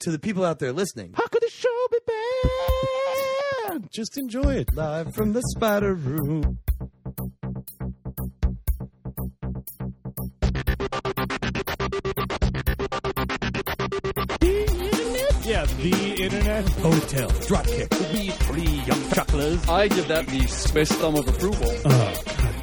to the people out there listening. How could the show be bad? Just enjoy it. Live from the spider room. Yeah, the internet. Hotel. Dropkick. We three young chucklers. I give that the space thumb of approval. Oh, God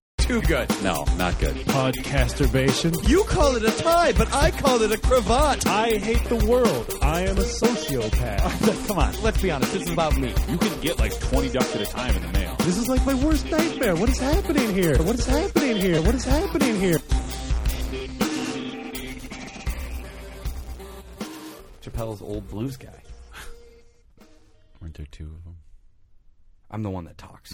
Too good. No, not good. Podcasturbation. You call it a tie, but I call it a cravat. I hate the world. I am a sociopath. Come on. Let's be honest, this is about me. You can get like 20 ducks at a time in the mail. This is like my worst nightmare. What is happening here? What is happening here? What is happening here? Chappelle's old blues guy. Weren't there two of them? Mm. I'm the one that talks.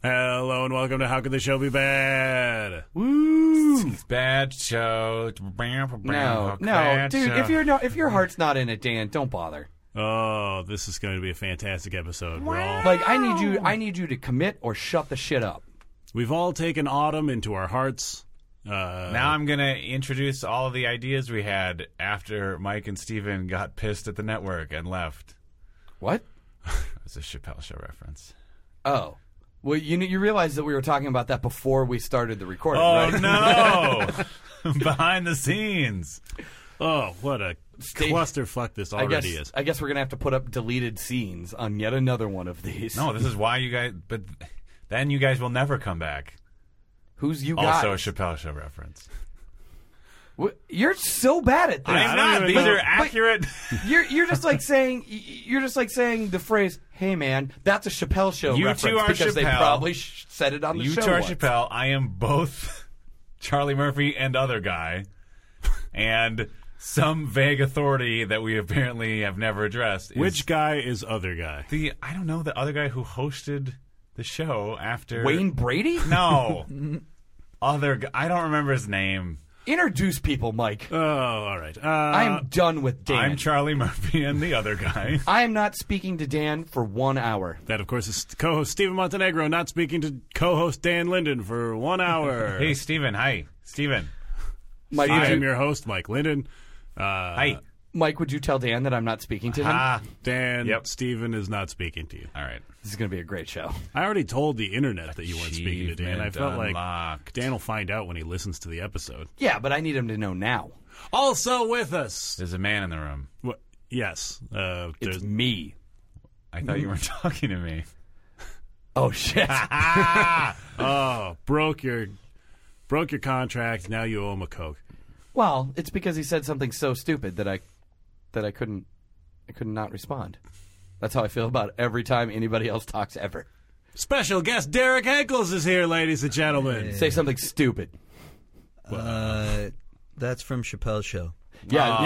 Hello and welcome to How Could the Show Be Bad? Bad show. No, no, dude. If your no, if your heart's not in it, Dan, don't bother. Oh, this is going to be a fantastic episode. We're all, Like I need you, I need you to commit or shut the shit up. we've all taken autumn into our hearts. Uh, Now I'm going to introduce all of the ideas we had after Mike and Steven got pissed at the network and left. What? That was a Chappelle show reference. Oh, well, you kn- you realize that we were talking about that before we started the recording, Oh, right? no. Behind the scenes. oh, what a Stay- clusterfuck this I guess already is. I guess we're gonna have to put up deleted scenes on yet another one of these. No, this is why you guys, but then you guys will never come back. who's you guys? Also, a Chappelle show reference. Wh- You're so bad at this. I I'm don't not. even These know. are accurate. You're you're just like saying y- you're just like saying the phrase, "Hey man, that's a Chappelle show You two reference," are because they Chappelle. probably sh- said it on the you show. two are once. Chappelle. I am both Charlie Murphy and other guy, and some vague authority that we apparently have never addressed. Is Which guy is other guy? the I don't know the other guy who hosted the show after Wayne Brady? No, other gu- I don't remember his name. Introduce people, Mike. Oh, all right. Uh, I am done with Dan. I'm Charlie Murphy and the other guy. I am not speaking to Dan for one hour. that, of course, is co-host Stephen Montenegro not speaking to co-host Dan Linden for one hour. hey, Steven. Hi, Steven. Mike, I would am you, your host, Mike Linden. Uh, Hi. Mike, would you tell Dan that I'm not speaking to him? Ah, Dan Yep. Stephen is not speaking to you. all right. This is going to be a great show. I already told the internet that you weren't speaking to Dan. I Achievement felt like unlocked. Dan will find out when he listens to the episode. Yeah, but I need him to know now. Also with us, There's a man in the room. Wha- yes, uh, It's there's, me. I thought you were talking to me. Oh shit. oh, broke your broke your contract. Now you owe him a coke. well, it's because he said something so stupid that I that I couldn't I could not respond. That's how I feel about every time anybody else talks ever. Special guest Derek Henkels is here, ladies and gentlemen. Say something stupid. Uh, that's from Chappelle's show. Yeah,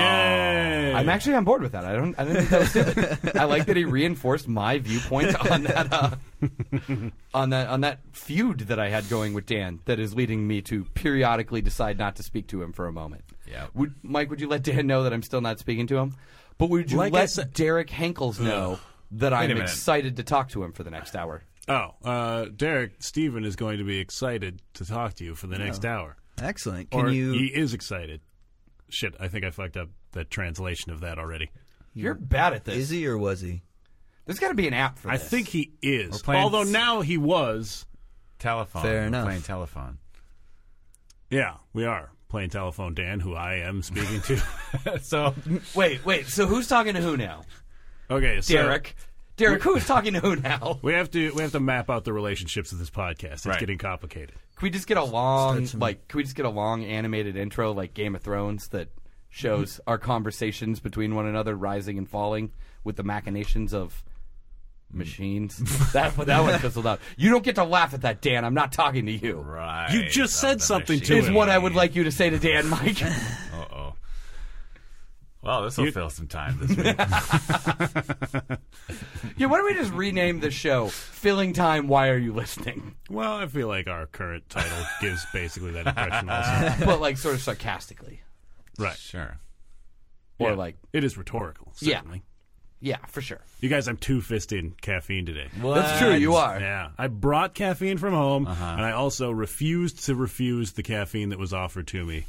Yay! I'm actually on board with that. I don't. I didn't think that was stupid. I like that he reinforced my viewpoint on that. Uh, on that. On that feud that I had going with Dan, that is leading me to periodically decide not to speak to him for a moment. Yeah. Would Mike? Would you let Dan know that I'm still not speaking to him? But would you Like I let said- Derek Henkels know that I'm minute. excited to talk to him for the next hour? oh, uh, Derek Stephen is going to be excited to talk to you for the next hour. Excellent. Can or you? He is excited. Shit, I think I fucked up the translation of that already. You're bad at this. is he or was he? There's got to be an app for I this. think he is. playing Although s- now he was. Telephone. Fair We're enough. Playing telephone. Yeah, we are playing telephone Dan, who I am speaking to. So Wait, wait. So who's talking to who now? okay, so Derek. Derek, who's talking to who now? We have to we have to map out the relationships of this podcast. It's Right. getting complicated. Can we just get a long Start some- like can we just get a long animated intro like Game of Thrones that Mm-hmm. shows our conversations between one another rising and falling with the machinations of Mm. machines? that that one fizzled out. You don't get to laugh at that, Dan. I'm not talking to you. right. You just said of the something to machine. Is what I would like you to say to Dan, Mike. Uh oh. Well, this will You- fill some time this week. yeah, why don't we just rename the show Filling Time Why Are You Listening? Well, I feel like our current title gives basically that impression also. But like sort of sarcastically. Right. sure. or Yeah. like it is rhetorical. Yeah. Certainly. yeah, for sure. You guys, I'm two fisting caffeine today. That's true. You are. Yeah, I brought caffeine from home, and I also refused to refuse the caffeine that was offered to me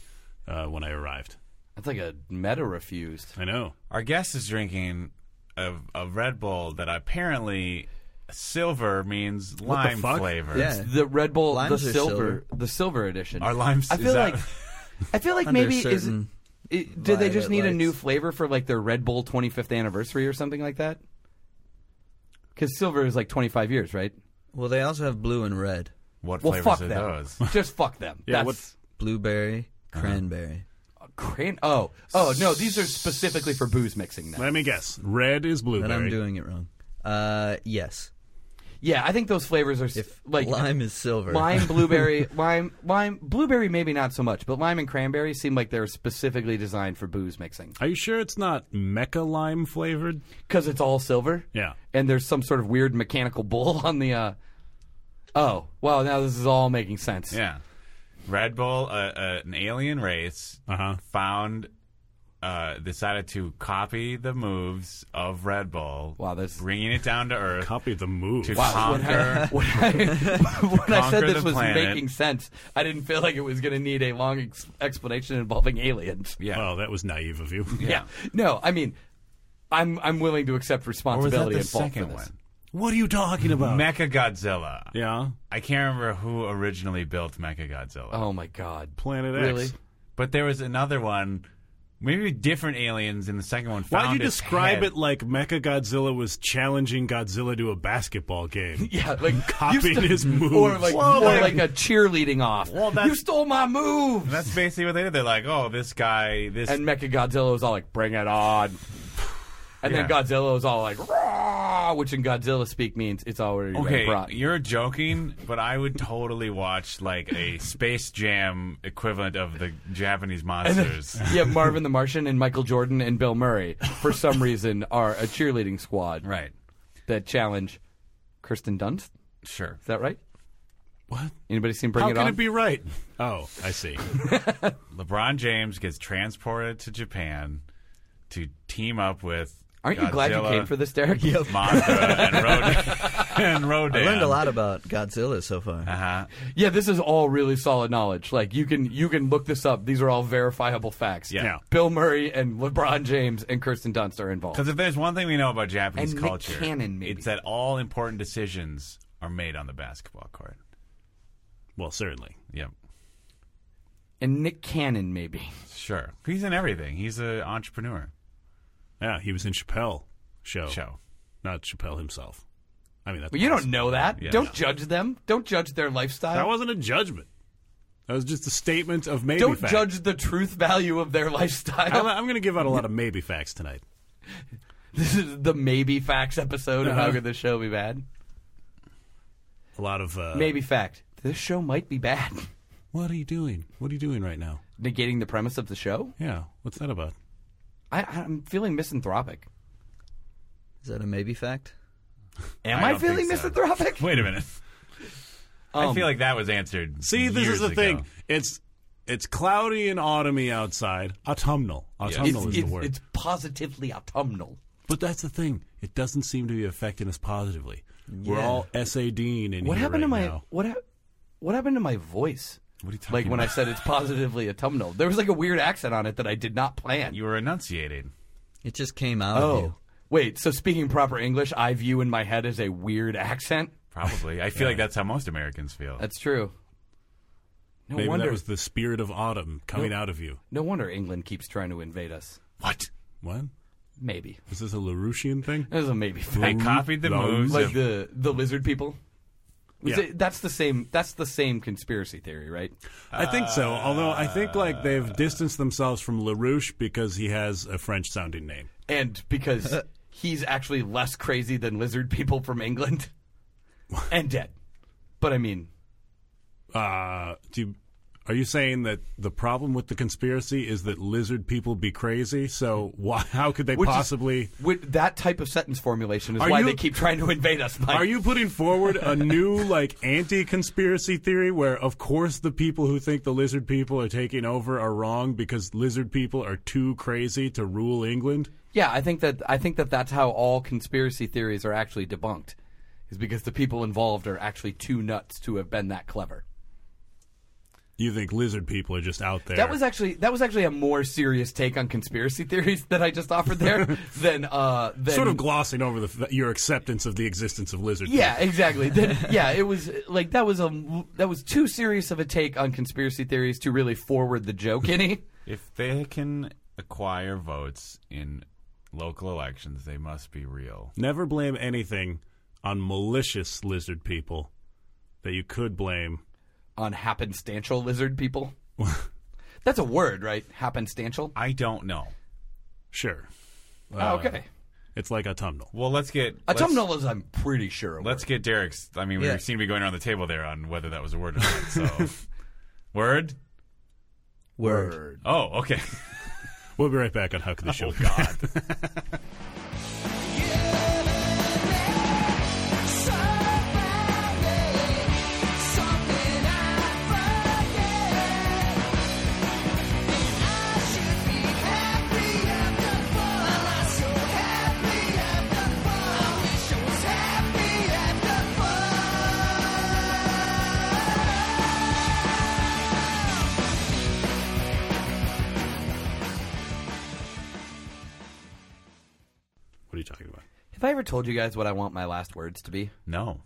uh, when I arrived. That's like a meta refused. I know. Our guest is drinking a, a Red Bull that apparently silver means lime fuck? flavor. Yeah. The Red Bull, Limes the are silver, silver. the silver edition. Our limes. I is feel that- like I feel like Under maybe is certain it, did they just violet need a lights. new flavor for like their Red Bull 25th anniversary or something like that? Because silver is like 25 years, right? Well, they also have blue and red. what Well, flavors fuck are them. those? Just fuck them. Yeah, That's Blueberry, cranberry. cran- Oh, oh no, these are specifically for booze mixing. Now, Let me guess. Red is But blueberry. I'm doing it wrong. Uh, yes. yeah, I think those flavors are s- If like lime is silver, lime, blueberry, lime, lime, blueberry. Maybe not so much, but lime and cranberry seem like they're specifically designed for booze mixing Are you sure it's not mecha lime flavored? because it's all silver. Yeah. and there's some sort of weird mechanical bull on the. Uh... Oh, well, now this is all making sense. Yeah. Red Bull, uh, uh, an alien race, Uh-huh. found, uh, decided to copy the moves of Red Bull. Wow, this- bringing it down to earth Copy the move. to Wow, when I, conquer. when I, when I said Conquer this the was planet. making sense, I didn't feel like it was going to need a long ex- explanation involving aliens. yeah. Well, Oh, that was naive of you. Yeah. No, I mean, I'm I'm willing to accept or was that responsibility the and fault second for this. one? What are you talking about? Mecha Godzilla. yeah. Oh. I can't remember who originally built Mecha Godzilla, Oh my god. Planet Really? X. but there was another one, maybe different aliens in the second one. Why found would you its describe head. it like Mecha Godzilla was challenging Godzilla to a basketball game? Yeah, like Copying you st- his moves. or like Well, or like- like a cheerleading off. Well, that's- you stole my move. That's basically what they did. They're like, oh, this guy, this And Mecha Godzilla was all like, "Bring it on!" And then Yeah. Godzilla was all like, "Raw," which in Godzilla speak means it's already been Okay, brought. you're joking, but I would totally watch like a Space Jam equivalent of the Japanese monsters. yeah, Marvin the Martian and Michael Jordan and Bill Murray, for some reason, are a cheerleading squad right. that challenge Kirsten Dunst. Sure. Is that right? What? Anybody seen Bring How It can On? it be right? Oh, I see. LeBron James gets transported to Japan to team up with. Aren't you glad you Godzilla, came for this, Derek? Mothra and Rodan? and Rodan. I learned a lot about Godzilla so far. Uh-huh. Yeah, this is all really solid knowledge. Like you can you can look this up. These are all verifiable facts. Yeah. Yeah. Bill Murray and LeBron James and Kirsten Dunst are involved. Because if there's one thing we know about Japanese And Nick culture, Cannon, maybe. it's that all important decisions are made on the basketball court. Well, certainly. Yep. And Nick Cannon maybe. Sure. He's in everything. He's an entrepreneur. Yeah, he was in Chappelle show. Show. Not Chappelle himself. I mean, that's But you don't possible. know that. Yeah. don't judge them. Don't judge their lifestyle. That wasn't a judgment. That was just a statement of maybe don't facts. judge the truth value of their I'm, lifestyle. I'm going to give out a lot of maybe facts tonight. this is the maybe facts episode of Uh-huh. How Could This Show Be Bad? A lot of uh, maybe fact. This show might be bad. What are you doing? What are you doing right now? Negating the premise of the show? Yeah, what's that about? I, I'm feeling misanthropic. Is that a maybe fact? Am I I, don't feeling think so. misanthropic? Um, Wait a minute. I feel like that was answered. See, this years is the ago. thing. It's it's cloudy and autumny outside. Autumnal. Autumnal is it's, the word. it's positively autumnal. but that's the thing. It doesn't seem to be affecting us positively. We're Yeah. all SADing in What here happened to right my now. what? hap- What happened to my voice? What are you talking Like when I about? said it's positively autumnal, there was like a weird accent on it that I did not plan. You were enunciating. It just came out of you. oh, wait. So speaking proper English, I view in my head as a weird accent. Probably. I feel like that's how most Americans feel. That's true. No Maybe wonder. that was the spirit of autumn coming out of you. no wonder England keeps trying to invade us. what? What? Maybe Is this a Laroussian thing? that was a maybe. I Fact. copied the Lol. moves. Like of- the the lizard people. Was Yeah. it- that's the same. That's the same conspiracy theory, right? I think so. Although I think like ah. they've distanced themselves from LaRouche because he has a French sounding name. and because he's actually less crazy than lizard people from England and dead. But I mean, Uh, do you, Are you saying that the problem with the conspiracy is that lizard people be crazy? So why, how could they Which is- possibly? With that type of sentence formulation is Are why you- they keep trying to invade us. Mike. Are you putting forward a new like anti-conspiracy theory where of course the people who think the lizard people are taking over are wrong because lizard people are too crazy to rule England? Yeah, I think that I think that that's how all conspiracy theories are actually debunked, is because the people involved are actually too nuts to have been that clever. You think lizard people are just out there? That was actually that was actually a more serious take on conspiracy theories that I just offered there than uh than sort of glossing over the, f- your acceptance of the existence of lizard yeah, exactly. Then, yeah, it was like that was a that was too serious of a take on conspiracy theories to really forward the joke any. If they can acquire votes in local elections, they must be real. Never blame anything on malicious lizard people that you could blame. on happenstantial lizard people. That's a word, right? Happenstantial. I don't know. Sure. Uh, Ah, okay. It's like autumnal. Well, let's get let's- Autumnal is, I'm pretty sure. a Let's word. get Derek's. I mean, we Yeah. seem to be going around the table there on whether that was a word or not. So, word. Word. Oh, okay. We'll be right back on Huck the Show. God. What are you talking about? Have I ever told you guys what I want my last words to be? No.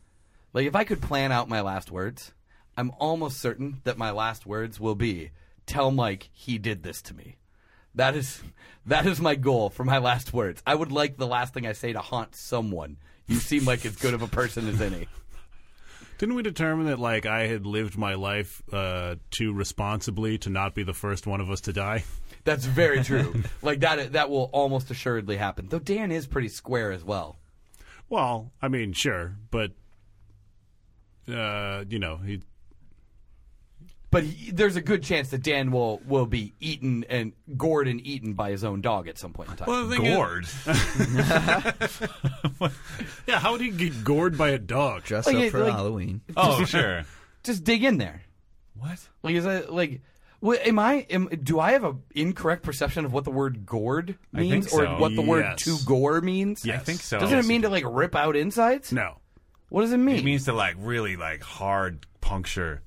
Like, if I could plan out my last words, I'm almost certain that my last words will be, "Tell Mike he did this to me." That is, that is my goal for my last words. I would like the last thing I say to haunt someone. You seem like as good of a person as any. Didn't we determine that like I had lived my life uh, too responsibly to not be the first one of us to die? That's very true. like that, that will almost assuredly happen. Though Dan is pretty square as well. Well, I mean, sure, but uh, you know, he, But he, there's a good chance that Dan will will be eaten and gored and eaten by his own dog at some point in time. well, the thing is- Gourd. yeah, how would he get gored by a dog? Dress Like up it- for like- Halloween. oh, sure. Just dig in there. What? Like is that like? wh- am I? Am, do I have an incorrect perception of what the word "gored" think means, or so. what the word Yes. "to gore" means? I think so. Doesn't it mean to like rip out insides? No, What does it mean? It means to like really like hard puncture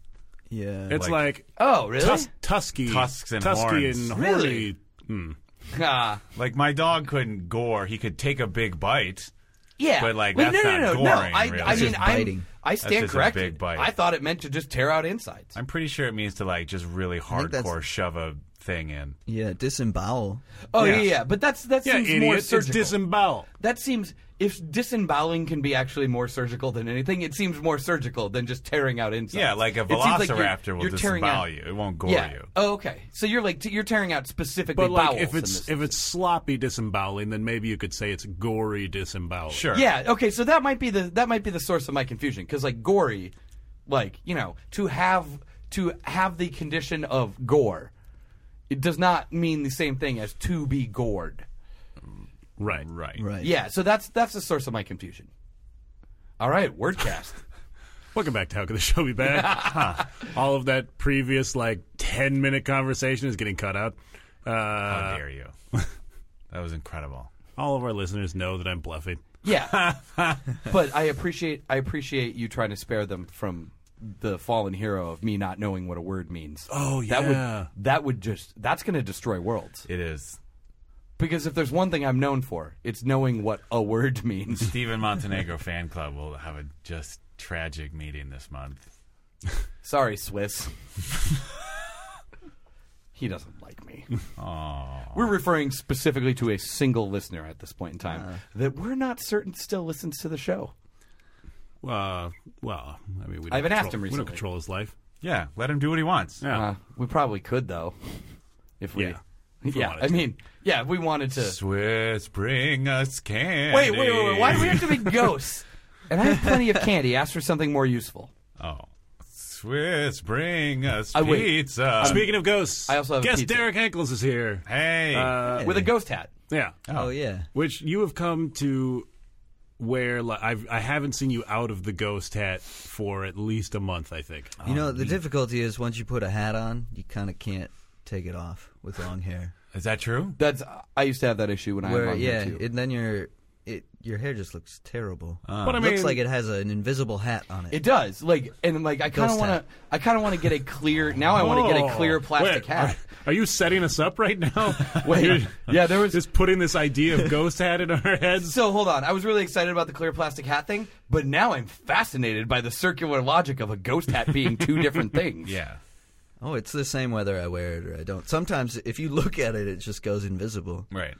Yeah. it's Like- like, oh, really? tus- tusky, Tusks and tusky horns. and horny. Really? Ah, Like my dog couldn't gore. He could take a big bite. yeah. But, like, Wait, that's no, no, not no, goring, no. I, really. I That's mean, just I'm, biting. I stand just a corrected. big bite. I thought it meant to just tear out insides. I'm pretty sure it means to like just really think that's- hardcore shove a thing in. Yeah, disembowel. oh yeah. yeah, yeah. But that's that Yeah, seems idiot. more it's surgical. disembowel. That seems if disemboweling can be actually more surgical than anything, it seems more surgical than just tearing out insides. Yeah, like a It seems you're- velociraptor will you're tearing disembowel out- you. It won't gore Yeah. you. Oh, okay. So you're like t- you're tearing out specifically But like, bowels. if in it's this. if it's sloppy disemboweling, then maybe you could say it's gory disemboweling. Sure. yeah, okay. So that might be the that might be the source of my confusion because like gory, like you know to have to have the condition of gore, it does not mean the same thing as to be gored. right. Right. Right. Yeah. So that's that's the source of my confusion. All right, wordcast. Welcome back to How Could the Show Be Bad? Huh. All of that previous like ten minute conversation is getting cut out. How Uh, dare you? that was incredible. all of our listeners know that I'm bluffing. Yeah. but I appreciate I appreciate you trying to spare them from the fallen hero of me not knowing what a word means. Oh, yeah. That would that would just that's going to destroy worlds. It is. Because if there's one thing I'm known for, it's knowing what a word means. Steven Montenegro fan club will have a just tragic meeting this month. Sorry, Swiss. he doesn't like me. We're referring specifically to a single listener at this point in time that we're not certain still listens to the show. Uh, well, I mean, we don't I haven't control, asked him We don't recently. control his life. Yeah, let him do what he wants. Yeah. Uh, we probably could though, if we. Yeah. Yeah, wanted I to. mean, yeah, if we wanted to. Swiss, bring us candy. Wait, wait, wait, wait. Why do we have to be ghosts? And I have plenty of candy. Ask for something more useful. Oh, Swiss, bring us I Uh, wait. pizza. Speaking of ghosts, I also have a guess pizza. Derek Eccles is here. hey, Uh, with a ghost hat. yeah, Oh, yeah. which you have come to where like, I've, I haven't seen you out of the ghost hat for at least a month. I think. You know, the difficulty is once you put a hat on, you kind of can't take it off with long hair. is that true? That's I used to have that issue when I Where had my yeah, hair too. and then your it your hair just looks terrible. Ah. But I it looks mean- like it has an invisible hat on it. It does. Like and like I kind of Ghost want hat. to. I kind of want to get a clear. Now I want to get a Oh, clear wait, plastic hat. Are, are you setting us up right now? Wait, You're yeah, there was. just putting this idea of ghost hat in our heads. So hold on. I was really excited about the clear plastic hat thing, but now I'm fascinated by the circular logic of a ghost hat being two different things. Yeah. oh, it's the same whether I wear it or I don't. Sometimes if you look at it, it just goes invisible. Right.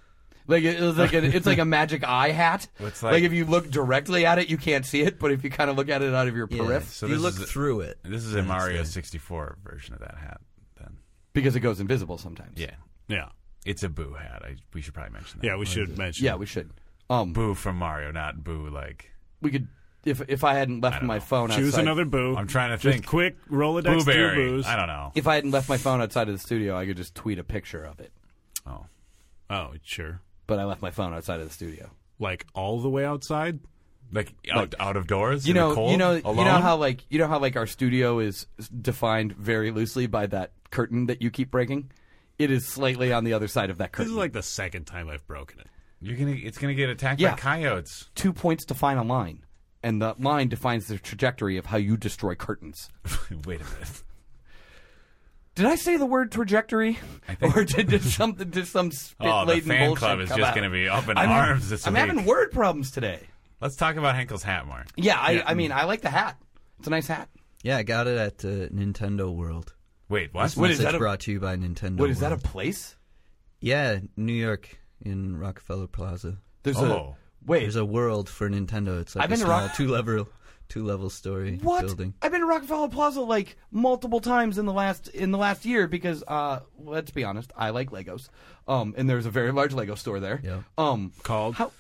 Like it was like a, it's like a magic eye hat. It's like, like- if you look directly at it, you can't see it, but if you kind of look at it out of your Yeah. periphery, So you this look is a- through it. This is a Mario 64 version of that hat. Then. because it goes invisible sometimes. Yeah. Yeah, It's a Boo hat. I, we should probably mention that. yeah. We should mention. yeah, we should. Um, Boo from Mario, not Boo like. we could if if I hadn't left don't my know. phone. choose outside, another boo. I'm trying to Just think. Quick Rolodex through Blueberry. boos. I don't know. If I hadn't left my phone outside of the studio, I could just tweet a picture of it. Oh. Oh, sure. But I left my phone outside of the studio. Like all the way outside. Like out, out of doors? You in the know, cold, you know, alone? you know how like you know how like our studio is defined very loosely by that curtain that you keep breaking. It is slightly on the other side of that This curtain. is like the second time I've broken it. You're gonna, it's going to get attacked Yeah. by coyotes. two points define a line, and that line defines the trajectory of how you destroy curtains. Wait a minute. Did I say the word trajectory, or did just something just some spit Oh, the laden fan bullshit club is come just out? going to be up in I'm, arms this I'm week. having word problems today. Let's talk about Henkel's hat more. Yeah, I, I mean, I like the hat. It's a nice hat. Yeah, I got it at uh, Nintendo World. Wait, what? What is Message that a- brought to you by Nintendo. What is that a World. place? Yeah, New York in Rockefeller Plaza. There's a Oh. wait. There's a world for Nintendo. It's like I've a been to small Rock- two level two level story what? building. I've been to Rockefeller Plaza like multiple times in the last in the last year because uh, let's be honest, I like Legos. Um, and there's a very large Lego store there. Yeah. Um, Called. how,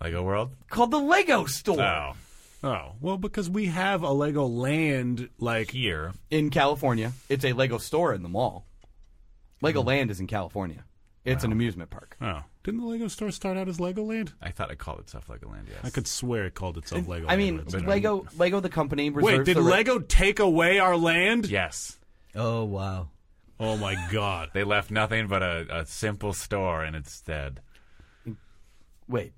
Lego World? called the Lego Store Oh. Oh well, because we have a Lego Land like Here. in California. It's a Lego store in the mall. Lego Land is in California. It's an amusement park. Oh, didn't the Lego store start out as Legoland? I thought it called itself Legoland, yes. I could swear it called itself Lego. I mean, Lego Lego the company reserves Wait, did the ri- Lego take away our land? Yes. Oh wow. Oh my god. They left nothing but a, a simple store in its stead. Wait.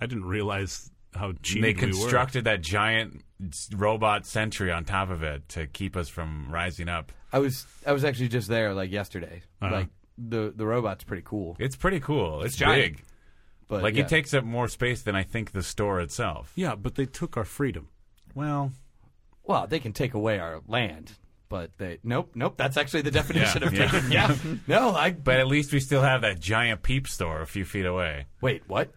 I didn't realize how cheap they constructed. constructed that giant s- robot sentry on top of it to keep us from rising up. I was I was actually just there like yesterday. Like the the robot's pretty cool, It's pretty cool. It's, giant. big. but Like Uh, yeah. it takes up more space than I think the store itself. Yeah, but they took our freedom. Well, Well, they can take away our land, but they nope nope. That's actually the definition Yeah, of yeah. taking. Yeah. No, I but at least we still have that giant peep store a few feet away. wait. What?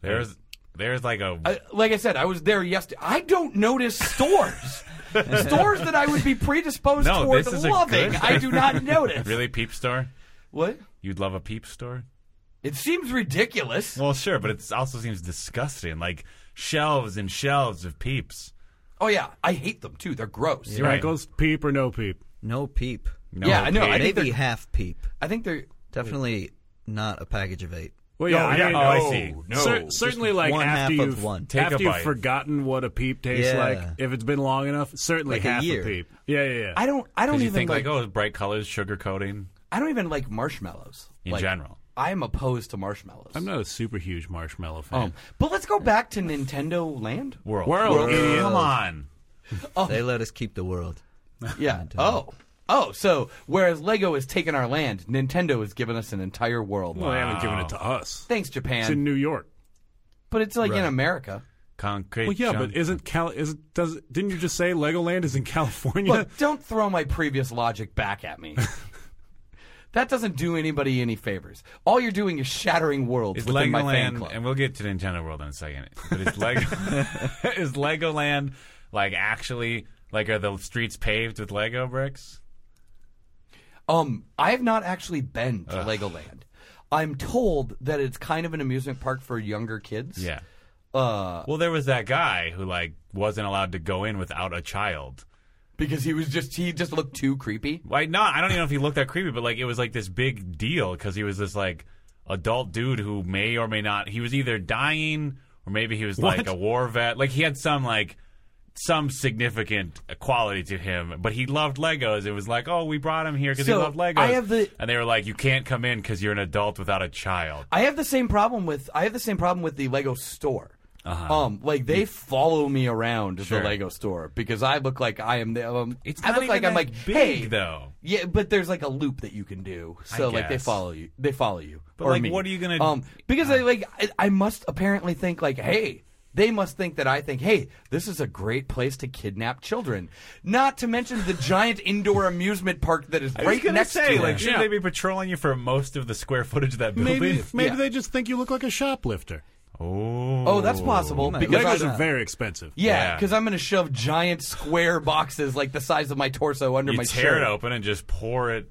There's there's like a I, like I said, I was there yesterday. I don't notice stores. stores that I would be predisposed No, toward this is a loving, good- I do not notice. really peep store. What? You'd love a peep store? It seems ridiculous. Well, sure, but it also seems disgusting. Like shelves and shelves of peeps. Oh yeah, I hate them too. They're gross. Right. Ankles, peep or no peep? No peep. No Yeah, I know. peep. I think Maybe they're- half peep. I think they're Definitely not a package of eight. Well, Oh, yeah, mean, no, I see. cer- No. Just certainly, like one after half of you've one. Take a after you've bite. forgotten what a peep tastes Yeah. like, if it's been long enough, certainly Like a half year. peep. Yeah, yeah, yeah. I don't. I don't Did you even think like. like, oh, bright colors, sugar coating? I don't even like marshmallows In Like, general. I am opposed to marshmallows. I'm not a super huge marshmallow fan. Um, but let's go back to Nintendo Land. World. World. World. Come on. They let us keep the world. Yeah. Oh. Oh, so whereas Lego has taken our land, Nintendo has given us an entire world. Well, they haven't given it to us. Thanks, It's in Japan. New York. but it's like in Right. America. Concrete. Well, yeah, jungle. but isn't Cal? Is does? Didn't you just say Legoland is in California? Look, don't throw my previous logic back at me. that doesn't do anybody any favors. All you're doing is shattering worlds Is within my fan Legoland, club. and we'll get to Nintendo World in a second. But is Lego is Legoland like actually like are the streets paved with Lego bricks? Um, I have not actually been to Legoland. I'm told that it's kind of an amusement park for younger kids. Yeah. Uh, Well, there was that guy who like wasn't allowed to go in without a child, because he was just he just looked too creepy. Why not? I don't even know if he looked that creepy, but like it was like this big deal because he was this like adult dude who may or may not. He was either dying or maybe he was like What? a war vet. Like he had some like some significant quality to him, but he loved Legos. It was like, oh, we brought him here because So, he loved Legos. I have the- and they were like, you can't come in because you're an adult without a child. I have the same problem with I have the same problem with the Lego store. Um, like they follow me around Uh-huh. Sure. the Lego store because I look like I am the. Um, It's I not look even like I'm that like big hey though. Yeah, but there's like a loop that you can do, so like they guess. follow you. They follow you. But, or like, me. what are you gonna- Ah. Um, because I like I, I must apparently think like hey. They must think that I think, hey, this is a great place to kidnap children. Not to mention the giant indoor amusement park that is I was right gonna next say, to like, it. should Yeah. they be patrolling you for most of the square footage of that building? Maybe maybe Yeah. they just think you look like a shoplifter. Oh, Oh, that's possible. might- Because Legos I- are very expensive. Yeah, Yeah. because I'm going to shove giant square boxes like the size of my torso under You my tear shirt. it open and just pour it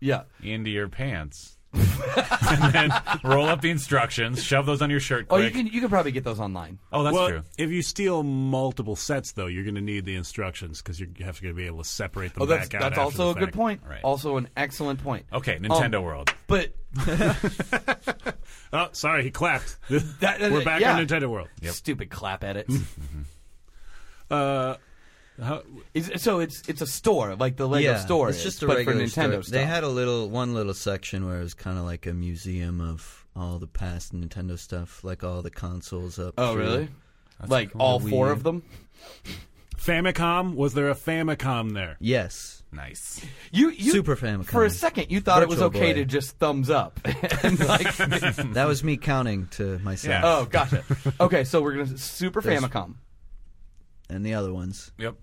Yeah. into your pants. and then roll up the instructions, shove those on your shirt Oh, quick. you can you can probably get those online. Oh, that's well, true. if you steal multiple sets, though, you're going to need the instructions because you're have to be able to separate them Oh, that's back out. that's after also the a good fact. point. Right. Also an excellent point. Um, Okay, Nintendo World. But Oh, sorry, he clapped. That- that- We're back yeah. on Nintendo World. stupid clap at it. Uh, Is- so it's it's a store like the Lego yeah, store. It's is, just a but regular for Nintendo store. stuff. They had a little one little section where it was kind of like a museum of all the past Nintendo stuff, like all the consoles up. oh through- really? like all The four Wii. of them. Famicom? Was there a Famicom there? Yes. Nice. You, you Super Famicom. For a second, you thought it was Virtual okay Boy. to just thumbs up. and like, That was me counting to myself oh, gotcha. Okay, so we're gonna Super Famicom. and the other ones. Yep.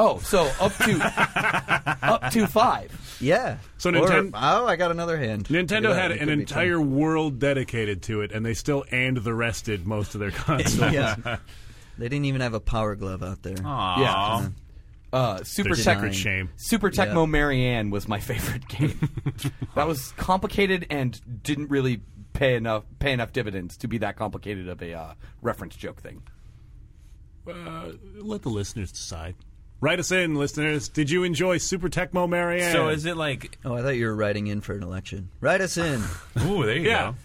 Oh, so up to up to five. Yeah. So Or- Ninten- oh, I got another hand. Look Nintendo at that. had It an could be entire world dedicated to it, and they still and the rested most of their fun. consoles. yeah. They didn't even have a power glove out there. Aw. Yeah. Uh, Super Their Tech secret shame. Super Tecmo Marianne was my favorite game. that was complicated and didn't really pay enough pay enough dividends to be that complicated of a uh, reference joke thing. Uh, let the listeners decide. Write us in, listeners. Did you enjoy Super Tecmo Marianne? So is it like? Oh, I thought you were writing in for an election. Write us in. Ooh, there you Yeah. go.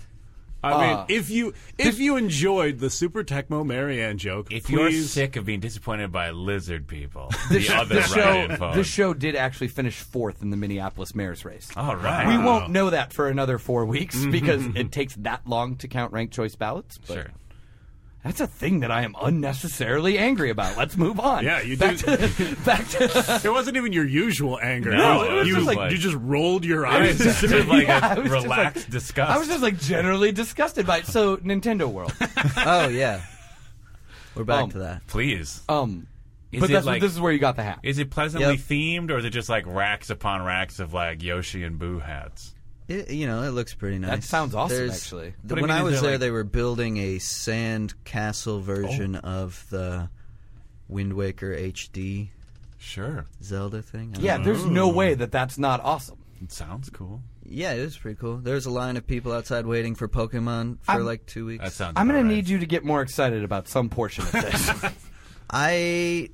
I mean, Ah. Uh, if you if you enjoyed the Super Tecmo Marianne joke, If you're please sick of being disappointed by lizard people, The, the, sh- other the Ryan show phone. this show did actually finish fourth in the Minneapolis mayor's race. Oh, All right. We won't know that for another four weeks because it takes that long to count ranked choice ballots. But Sure. That's a thing that I am unnecessarily angry about. Let's move on. Yeah, you back do- To, back to It wasn't even your usual anger. No, You- it was you just like- you just rolled your I was eyes. just sort of like Yeah, I a was just relaxed like- disgust. I was just like generally disgusted by it. So Nintendo World. oh, yeah. We're back Um, to that. please. Um, Is but it that's like- this is where you got the hat. Is it pleasantly Yep. themed, or is it just like racks upon racks of like Yoshi and Boo hats? It, you know, it looks pretty nice. sounds awesome, actually. the- But I when mean, I is was there, there, like- Oh. they were building a sand castle version of the Wind Waker HD Sure, Zelda thing. I don't yeah, know. there's no way that that's not awesome. it sounds cool. yeah, it is pretty cool. There's a line of people outside waiting for Pokemon for I'm- like two weeks. That sounds. I'm gonna about right. need you to get more excited about some portion of this. I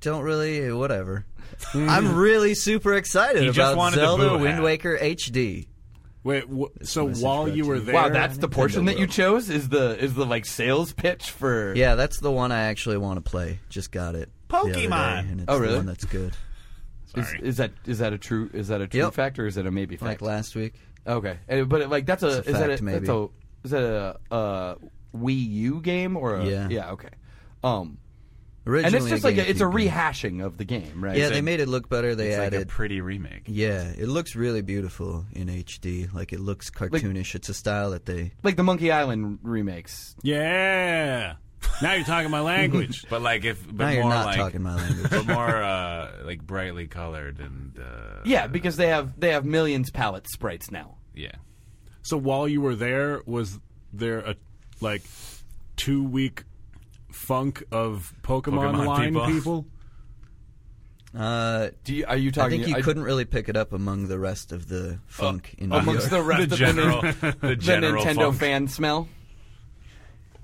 don't really. Whatever. I'm really super excited He just about wanted the Zelda Boo Wind hat. Waker HD. Wait, wh- so message while got you to were me. there, wow, that's the Nintendo portion that you World. chose. Is the is the like sales pitch for? Yeah, that's the one I actually want to play. Just got it. the other day, Pokemon. and it's Oh, the really? one that's good. Is, is that is that a true is that a true Yep. fact or is it a maybe Like fact? last week. Okay, And- but like that's a, It's a is that fact, a, maybe. that's a is that a, uh Wii U game or a, Yeah. okay, um Originally, and it's just like a, it's a GameCube game. rehashing of the game right Yeah, So- they made it look better. They It's like added. a pretty remake. yeah, it looks really beautiful in HD. Like it looks cartoonish. it's a style that they. like the Monkey Island remakes yeah. Now you're talking my language. But like if but Now more you're not like talking my language. but more uh, like brightly colored and uh, yeah because they have they have millions palette sprites now yeah. so while you were there, was there a like two week funk of Pokemon, Pokemon line people. people? Uh, do you, are you I talking think you couldn't really pick it up among the rest of the funk in New amongst the York. rest the of general the, the the general Nintendo funk. fan smell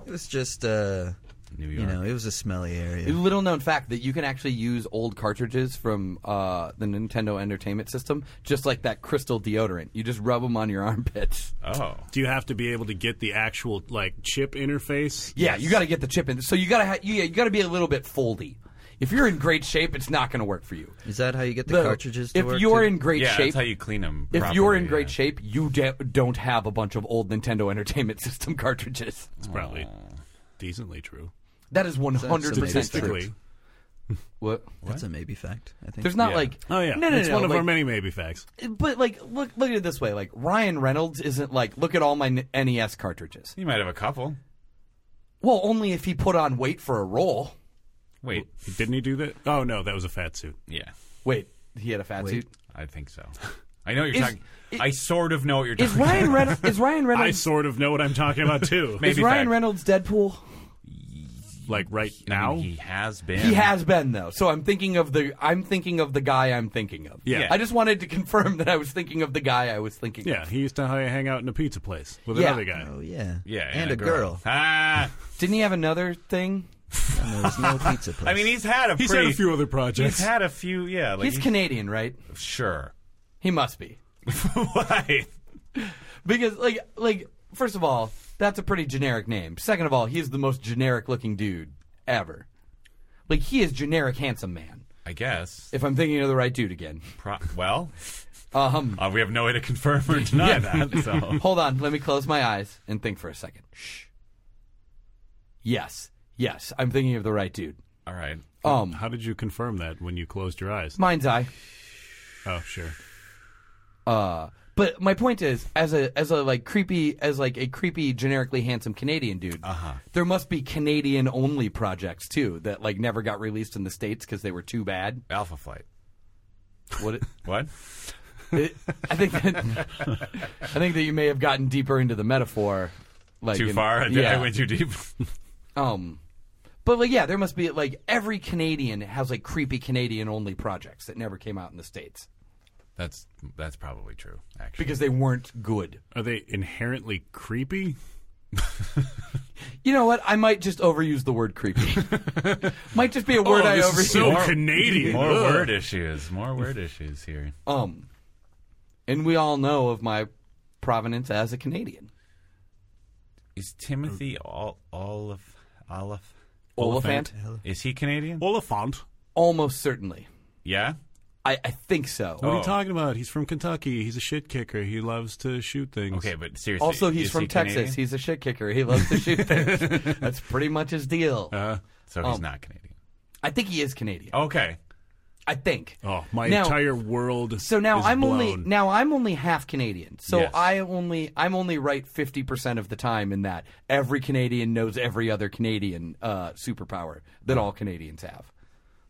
it was just uh, New York. You know, it was a smelly area. Little known fact that you can actually use old cartridges from uh, the Nintendo Entertainment System, just like that crystal deodorant. You just rub them on your armpits. oh, Do you have to be able to get the actual like chip interface? Yeah, you got to get the chip in. So you got to ha- you, yeah, you got to be a little bit foldy. If you're in great shape, it's not going to work for you. Is that how you get the, The- cartridges to if work? you're too? in great yeah. shape, That's how you clean them. if you're in great shape, you de- don't have a bunch of old Nintendo Entertainment System cartridges. It's probably decently true. That is 100 percent Statistically. true. Typically. What? that's a maybe fact. I think There's not Yeah. like Oh yeah. no no it's no, one of like- our many maybe facts. But like look look at it this way like Ryan Reynolds isn't like look at all my N- NES cartridges. you might have a couple. Well, only if he put on weight for a role. Wait, Didn't he do that? Oh no, that was a fat suit. yeah, Wait, he had a fat suit. I think so. I know what you're Is- talking. I sort of know what you're Is talking. Ryan Reynolds is Ryan I Reynolds sort of know what I'm talking about too. is Maybe Ryan fact. Reynolds Deadpool? like right I now. mean, he has been. He has been though. So I'm thinking of the I'm thinking of the guy I'm thinking of. Yeah. I just wanted to confirm that I was thinking of the guy I was thinking yeah, he used to hi- hang out in a pizza place with Yeah. another guy. Oh yeah, Yeah, and, a girl. Ah, of. Didn't he have another thing? and there was no pizza place. I mean, he's had a. He's pretty, had a few other He's projects. had a few. Yeah, like He's Canadian, right? sure. He must be. Why? Because like like first of all, that's a pretty generic name. Second of all, he is the most generic looking dude ever. Like he is generic handsome man. I guess. If I'm thinking of the right dude again. Pro- well, Um uh, we have no way to confirm or deny that. So Hold on, let me close my eyes and think for a second. Shh. Yes. Yes, I'm thinking of the right dude. all right. Um How did you confirm that when you closed your eyes? mind's eye. Oh, sure. Uh but my point is as a as a like creepy as like a creepy generically handsome Canadian dude. Uh-huh. There must be Canadian only projects too that like never got released in the states cuz they were too bad. Alpha flight. What it, What? it- I think that, I think that you may have gotten deeper into the metaphor like Too in- far? I, did- I yeah. went too deep. Um, but like, yeah, there must be like every Canadian has like creepy Canadian only projects that never came out in the states that's that's probably true. Actually, because they weren't good. Are they inherently creepy? You know what? I might just overuse the word creepy. might just be a word oh, I this overuse. is so Canadian. more Ugh. word issues. More word issues here. um, and we all know of my provenance as a Canadian. Is Timothy Ol- Olive Olive? Oliphant, Is he Canadian? Oliphant. almost certainly. Yeah. I, I think so. What are Oh. you talking about? He's from Kentucky. He's a shit kicker. He loves to shoot things. Okay, but seriously. Also, he's is from he Texas. Canadian? He's a shit kicker. He loves to shoot things. That's pretty much his deal. Uh. Uh, so Um, he's not Canadian. I think he is Canadian. Okay. I think. Oh, my Now- entire world. So now is I'm blown. only now I'm only half Canadian. So Yes. I only I'm only right fifty percent of the time in that every Canadian knows every other Canadian uh, superpower that Oh. all Canadians have.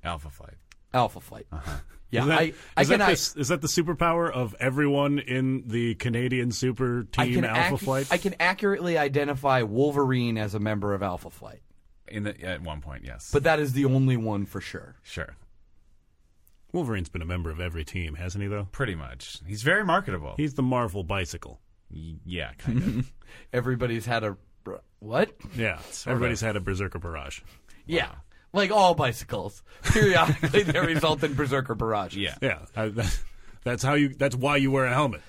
Alpha Flight. Alpha Flight. Yeah, Uh-huh. Is that, I, I is that can I, the- is that the superpower of everyone in the Canadian super I team can Alpha ac- Flight? I can accurately identify Wolverine as a member of Alpha Flight, In the at one point, yes. but that is the only one for sure. sure, Wolverine's been a member of every team, hasn't he? Though pretty much. He's very marketable. he's the Marvel bicycle. Y- yeah, kind of. Everybody's had a what? Yeah, everybody's had a berserker barrage. Yeah, like all bicycles, periodically they result in berserker barrages. yeah. Yeah, I, that, that's how you. That's why you wear a helmet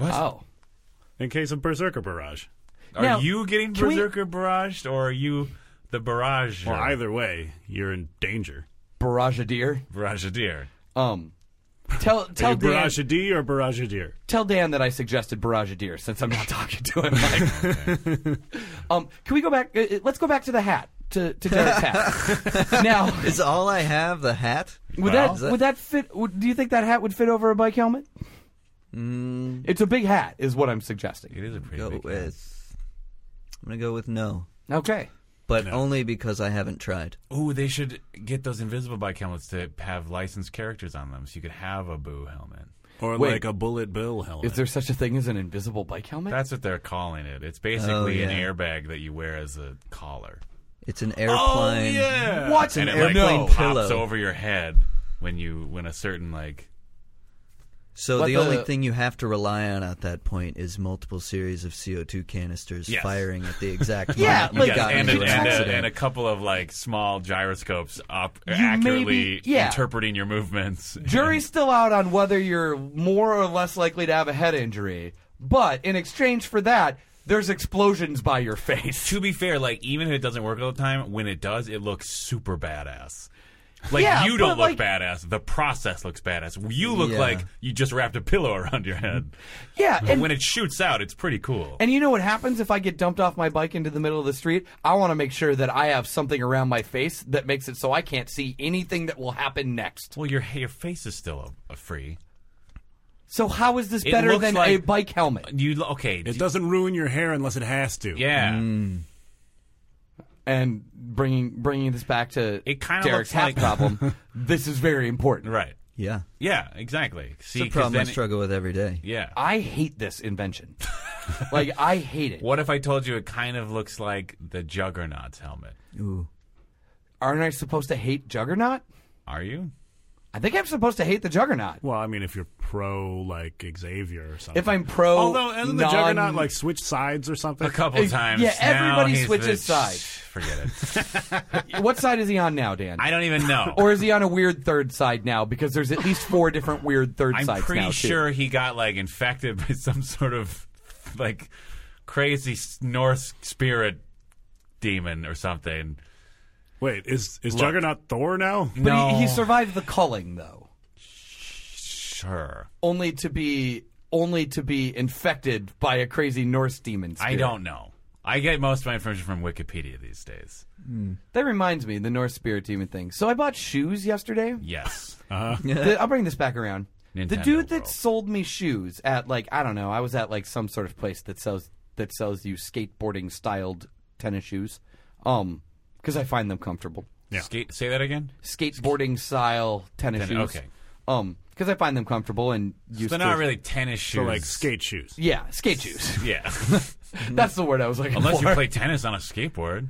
Oh. in case of berserker barrage. Are Now, you getting can we- berserker barraged, or are you the barrage? Well, either way, you're in danger. Barragedeer. barragedeer. Um, tell Are tell you Dan, barrage a D or barrage a deer? tell Dan that I suggested Barragedeer since I'm not talking to him. Like, um, can we go back? uh, Uh, let's go back to the hat to to Derek's hat. now, is all I have the hat? would Well, that would that fit? Would, do you think that hat would fit over a bike helmet? Mm. It's a big hat, is what I'm suggesting. It is a pretty Go big cat. with. I'm gonna go with no, Okay. but only because I haven't tried. Ooh, they should get those invisible bike helmets to have licensed characters on them, so you could have a Boo helmet. Or Wait. like a bullet bill helmet. Is there such a thing as an invisible bike helmet? That's what they're calling it. It's basically Oh, an yeah. airbag that you wear as a collar. It's an Oh, airplane. What? an uh, and it airplane like pops pillow. over your head when you when a certain like So But the, the- only thing you have to rely on at that point is multiple series of CO2 canisters Yes. firing at the exact Yeah, moment you like- Yes, got and, into a, an and, a, accident. and a couple of like small gyroscopes up accurately maybe- yeah. interpreting your movements. Jury's still out on whether you're more or less likely to have a head injury, but in exchange for that, there's explosions by your face. to be fair, like even if it doesn't work all the time, when it does, it looks super badass. Like Yeah, you don't but, look like- badass. The process looks badass. You look Yeah. like you just wrapped a pillow around your head. Yeah, But and when it shoots out, it's pretty cool. and you know what happens if I get dumped off my bike into the middle of the street? I want to make sure that I have something around my face that makes it so I can't see anything that will happen next. well, your your face is still a, a free. So how is this It better looks than like- a bike helmet? You lo- okay? It d- doesn't ruin your hair unless it has to. yeah. and bringing bringing this back to It kinda Derek's looks hat like- problem. this is very important. Right. yeah, Yeah. Exactly. See, it's a 'cause problem I then it- struggle with every day. yeah. I hate this invention. like I hate it. what if I told you it kind of looks like the Juggernaut's helmet? Ooh. Aren't I supposed to hate Juggernaut? Are you? I think I'm supposed to hate the Juggernaut. Well, I mean, if you're pro like Xavier or something. If I'm pro, although hasn't the non- Juggernaut like switch sides or something? A couple Uh, times. yeah, Now everybody he's switches the- sides. Forget it. what side is he on now, Dan? I don't even know. or is he on a weird third side now? Because there's at least four different weird third I'm sides pretty now. too. sure he got like infected by some sort of like crazy s- Norse spirit demon or something. Wait, is is Juggernaut Thor now? But No. he, he survived the culling though, Sure, only to be only to be infected by a crazy Norse demon. I spirit. don't know. I get most of my information from Wikipedia these days. That reminds me, the Norse spirit demon thing. So I bought shoes yesterday. Yes, The- I'll bring this back around. the Nintendo dude that World. sold me shoes at like I don't know, I was at like some sort of place that sells that sells you skateboarding styled tennis shoes. Um because I find them comfortable. Yeah. Skate, say that again. Skateboarding style tennis Tenni- shoes. okay. Um because I find them comfortable and used They're to not really tennis shoes. So like skate shoes. Yeah, skate shoes. yeah. That's the word I was looking Unless for. you play tennis on a skateboard.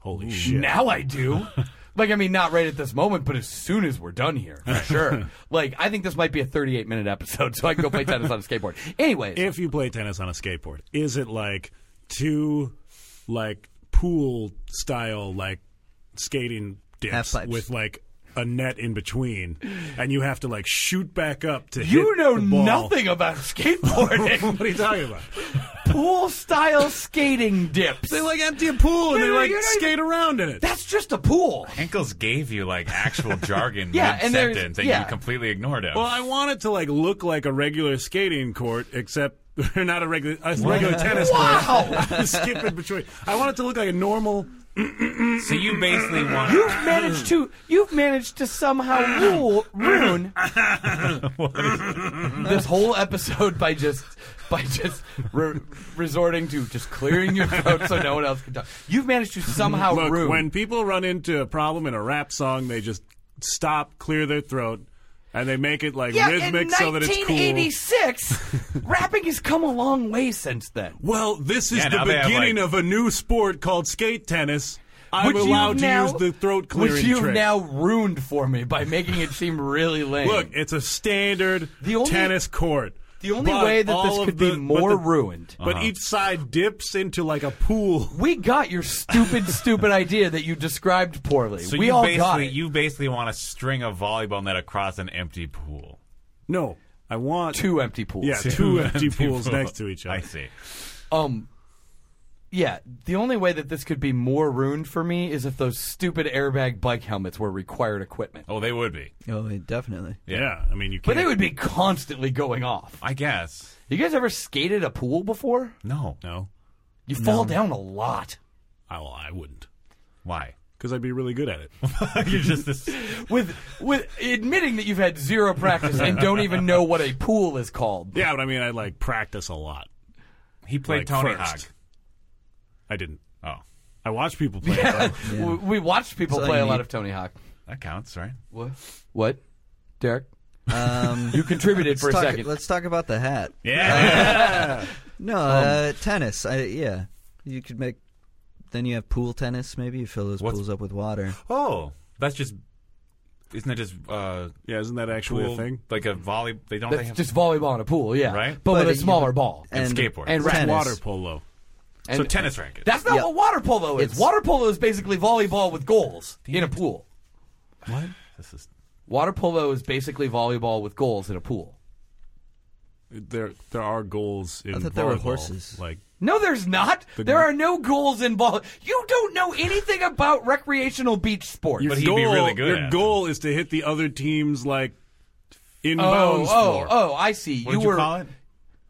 Holy shit! Now I do. like, I mean, not right at this moment, but as soon as we're done here, for sure. like, I think this might be a 38 minute episode, so I can go play tennis on a skateboard. Anyways, If you play tennis on a skateboard, is it like two like pool style like skating Half dips pipes. with like a net in between, and you have to like shoot back up to you hit know the ball. nothing about skateboarding. what are you talking about? Pool style skating dips. They like empty a pool and No, they no, like you're not skate around in it. That's just a pool. Ankles gave you like actual jargon Yeah, and there's- mid-sentence, and yeah. you completely ignored it. Well, I want it to like look like a regular skating court, except not a regular a regular tennis Wow. court. Skip in between. I want it to look like a normal. so you basically want You've managed to you've managed to somehow rule, ruin this whole episode by just by just re- resorting to just clearing your throat so no one else can talk. You've managed to somehow Look, ruin when people run into a problem in a rap song, they just stop, clear their throat, and they make it like yeah, rhythmic in so that it's cool. 1986, rapping has come a long way since then. Well, this is Yeah, the now they have, beginning like- of a new sport called skate tennis. I'm Which you've allowed to now- use the throat clearing Which you've trick. now ruined for me by making it seem really lame. Look, it's a standard The only- tennis court. the only But way that this all of could the- be but more the- Uh. ruined. But each side dips into like a pool. We got your stupid, stupid idea that you described poorly. So we you all basically got it. you basically want to string a volleyball net across an empty pool. No, I want Two empty pools. Yeah, two, empty pools next to each other. I see. Um. Yeah, the only way that this could be more ruined for me is if those stupid airbag bike helmets were required equipment. Oh, they would be. Oh, it- definitely. Yeah. I mean you But can't. they would be constantly going off. I guess. You guys ever skated a pool before? No. no. You fall down a lot. I, well, I wouldn't Why? because I'd be really good at it. You're just this. With with admitting that you've had zero practice and don't even know what a pool is called. yeah, but I mean I'd like practice a lot. He played Like, Tony first. I didn't. Hawk. Oh, I watched people play. it, though. We, we watched people That's all play you a lot need. of Tony Hawk. that counts, right? What? What? Derek? Um, You contributed for a talk, second. Let's talk about the hat. Yeah. Um, No, uh, tennis. I, yeah, you could make. Then you have pool tennis. Maybe you fill those What's- pools up with water. oh, that's just Isn't it just uh, Yeah, isn't that actually pool, a thing? like a volley? They don't they That's have just volleyball in a pool, yeah. Right? Oh, But, But with a you- smaller ball. and skateboard. and racket. tennis. Water polo. And- so tennis rackets. That's not Yeah. what water polo is. It's- water polo is basically volleyball with goals in a pool. what? This is Water polo is basically volleyball with goals in a pool. There, there are goals in I thought volleyball. there were horses. Like No, there's not. there are no goals in ball. You don't know anything about recreational beach sports. But your he'd be goal, really good Your at it. goal is to hit the other team's like oh, inbounds oh, floor, oh! I see. what you did were you call it?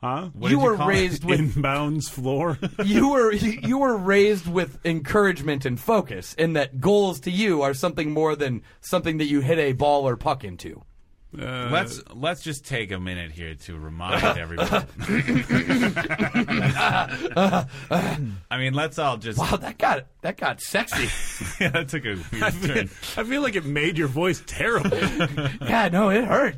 huh? What you did were call it? raised with Inbounds floor. you were you were raised with encouragement and focus, and that goals to you are something more than something that you hit a ball or puck into. Let's let's just take a minute here to remind everyone. I mean, let's all just. Wow, that got that got sexy. yeah, that took a I weird feel- turn. I feel like it made your voice terrible. yeah, no, it hurt.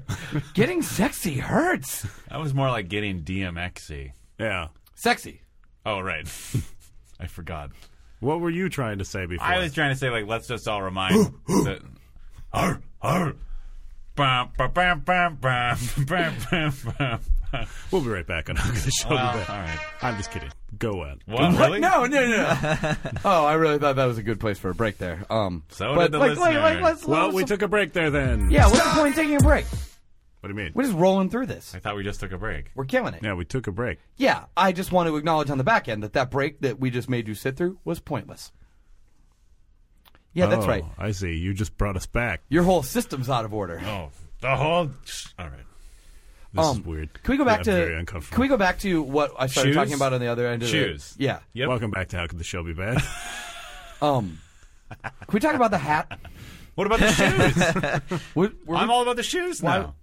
Getting sexy hurts. I was more like getting DMXy. yeah. Sexy. Oh right, I forgot. What were you trying to say before? I was trying to say like, let's just all remind. that, Arr, arr. Bam, ba, bam, bam, bam, bam, bam, bam. we'll be right back on Hug of the Show. Well, all today. right. I'm just kidding. Go at. What? Really? No, no, no. oh, I really thought that was a good place for a break there. Um, So but did the like, like, listener. like, let's, Well, let's- we took a break there then. yeah. What's the point in taking a break? What do you mean? We're just rolling through this. I thought we just took a break. We're killing it. Yeah, we took a break. Yeah, I just want to acknowledge on the back end that that break that we just made you sit through was pointless. Yeah, that's Oh, right. I see. You just brought us back. Your whole system's out of order. Oh, the whole. All right. This Um, is weird. Can we go back I'm to? Very uncomfortable. Can we go back to what I started Shoes? talking about on the other end of Shoes. the? Yeah. Yep. Welcome back to How Could the Show Be Bad? Um. Can we talk about the hat? What about the shoes? Would- were we- I'm all about the shoes Why- now.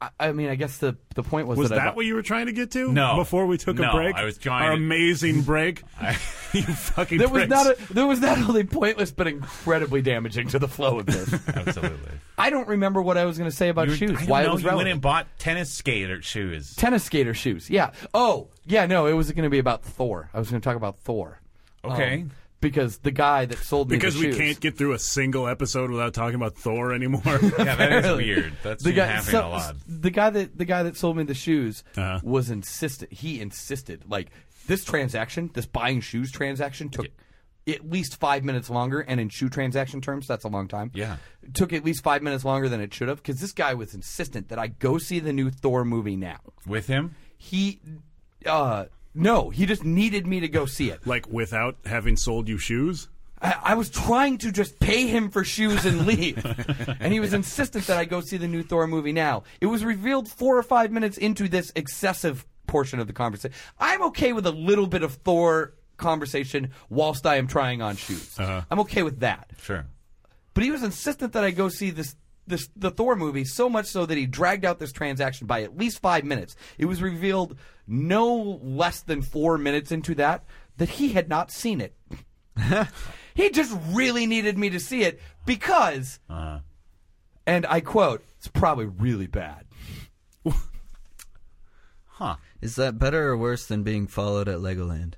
I, I mean, I guess the the point was, Was that, I that bought- what you were trying to get to? No. Before we took No, a break? I was trying Our to- amazing break? you fucking That was pricks. not a, that was not only pointless but incredibly damaging to the flow of this. Absolutely. I don't remember what I was going to say about You- shoes. I why know it was you went relevant? and bought tennis skater shoes. Tennis skater shoes. Yeah. Oh, yeah. No, it was going to be about Thor. I was going to talk about Thor. Okay. Um, because the guy that sold me Because the we shoes- can't get through a single episode without talking about Thor anymore. yeah, that is weird. That's the been guy, happening so- a lot. the guy that the guy that sold me the shoes Uh-huh. was insistent. He insisted like this transaction, this buying shoes transaction took at least five minutes longer, and in shoe transaction terms, that's a long time. Yeah. took at least five minutes longer than it should have because this guy was insistent that I go see the new Thor movie now. With him? He, uh, no, he just needed me to go see it. like, without having sold you shoes? I, I was trying to just pay him for shoes and leave. and he was insistent that I go see the new Thor movie now. It was revealed four or five minutes into this excessive portion of the conversation. I'm okay with a little bit of Thor conversation whilst I am trying on shoes. I'm okay with that. Sure. But he was insistent that I go see this. This, the Thor movie so much so that he dragged out this transaction by at least five minutes. It was revealed no less than four minutes into that that he had not seen it. He just really needed me to see it because, and I quote, it's probably really bad. Huh. Is that better or worse than being followed at Legoland?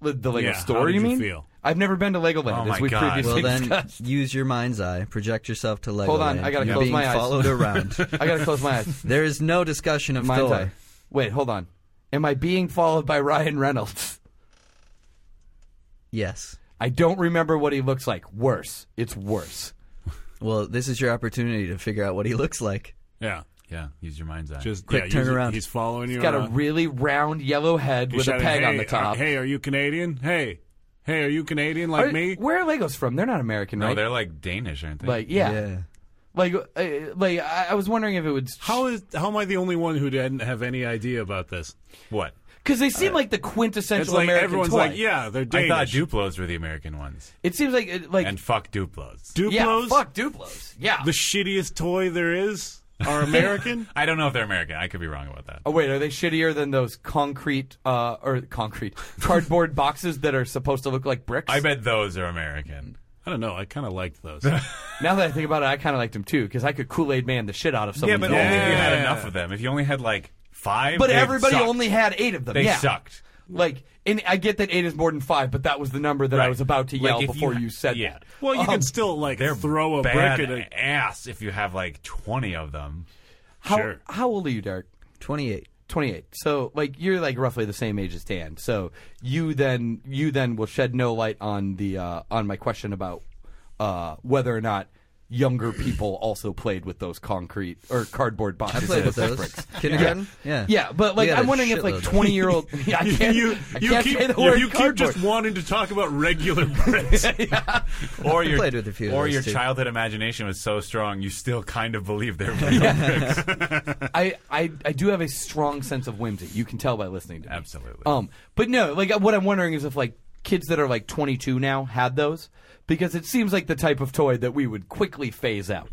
The, the Lego Yeah, how store, did you you mean? feel? I've never been to Legoland, Oh as my we God. previously Well, then discussed. use your mind's eye. Project yourself to Legoland. Hold on, I gotta You're close being my eyes. followed around. I gotta close my eyes. there is no discussion of Mind's Thor. eye. Wait, hold on. Am I being followed by Ryan Reynolds? Yes. I don't remember what he looks like. Worse. It's worse. Well, this is your opportunity to figure out what he looks like. Yeah. Yeah, use your mind's eye. Just Quick yeah, use it. turnaround. He's following you. He's got a around. really round yellow head He's with a shouting, peg hey, on the top. Are, hey, are you Canadian? Hey, hey, are you Canadian Are- like me? Where are Legos from? They're not American, no, right? they're like Danish, aren't they? like, yeah. Like, uh, like I, I was wondering if it would How is how am I the only one who didn't have any idea about this? what? Because they seem like the quintessential Uh, It's like American everyone's toy. like, yeah, they're Danish. I thought Duplos were the American ones. It seems like it- like And fuck Duplos. Duplos, yeah, fuck Duplos. Yeah. the shittiest toy there is, are American. I don't know if they're American. I could be wrong about that. oh wait, are they shittier than those concrete uh or concrete cardboard boxes that are supposed to look like bricks? I bet those are American. I don't know. I kind of liked those. Now that I think about it, I kind of liked them too because I could Kool Aid Man the shit out of Yeah, someone. but only if you had enough of them. If you only had like five, But they everybody sucked. only had eight of them. They yeah. sucked. Like, and I get that eight is more than five, but that was the number that I Right. was about to yell Like, if before you, said yeah. that. Um, Well, you can still like They're throw a bad brick at a ass if you have like twenty of them. How, Sure. how old are you, Derek? 28. 28 so like you're like roughly the same age as dan so you then you then will shed no light on the uh, on my question about uh, whether or not younger people also played with those concrete or cardboard I boxes played and with those. those bricks. Kindergarten? Yeah. yeah but We like had i'm a wondering if shitload like of them. 20 year old yeah, i can't, you I you can't keep say the you word keep cardboard. just wanting to talk about regular bricks. Or your played with a few of or those, your too. childhood imagination was so strong you still kind of believe they're real. I, I I do have a strong sense of whimsy. You can tell by listening to me. Absolutely. Um, but no, like what I'm wondering is if like kids that are like 22 now had those because it seems like the type of toy that we would quickly phase out.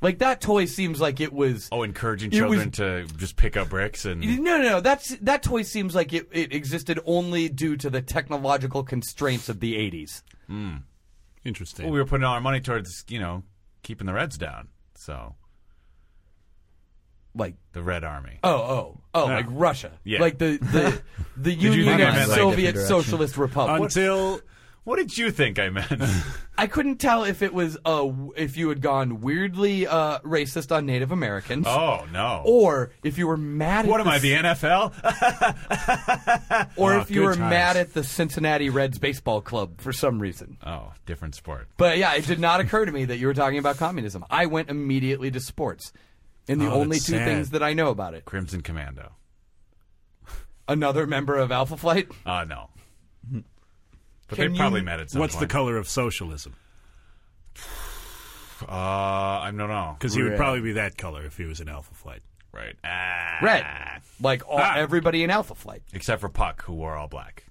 Like that toy seems like it was. Oh, encouraging It was- children to just pick up bricks and No, no, no. That's that toy seems like it, it existed only due to the technological constraints of the 80s. Interesting. Well, we were putting all our money towards you know keeping the Reds down. So Like the Red Army. oh, oh, oh, like Russia. Yeah. Like the the the you Union think I of meant, like, Soviet different direction? Socialist Republic. Until What did you think I meant? I couldn't tell if it was uh, if you had gone weirdly uh, racist on Native Americans, oh no. or if you were mad. At what am the, I, the NFL? Or Oh, if you good were times. mad at the Cincinnati Reds baseball club for some reason. oh, different sport. But yeah, it did not occur to me that you were talking about communism. I went immediately to sports, and the Oh, only that's two sad. things that I know about it: Crimson Commando. another member of Alpha Flight. Uh no. But Can they probably you- met at some what's the point. color of socialism? uh, I don't know. Because he would Red. probably be that color if he was in Alpha Flight. Right. Ah. Red, like all, Ah. everybody in Alpha Flight. Except for Puck, who wore all black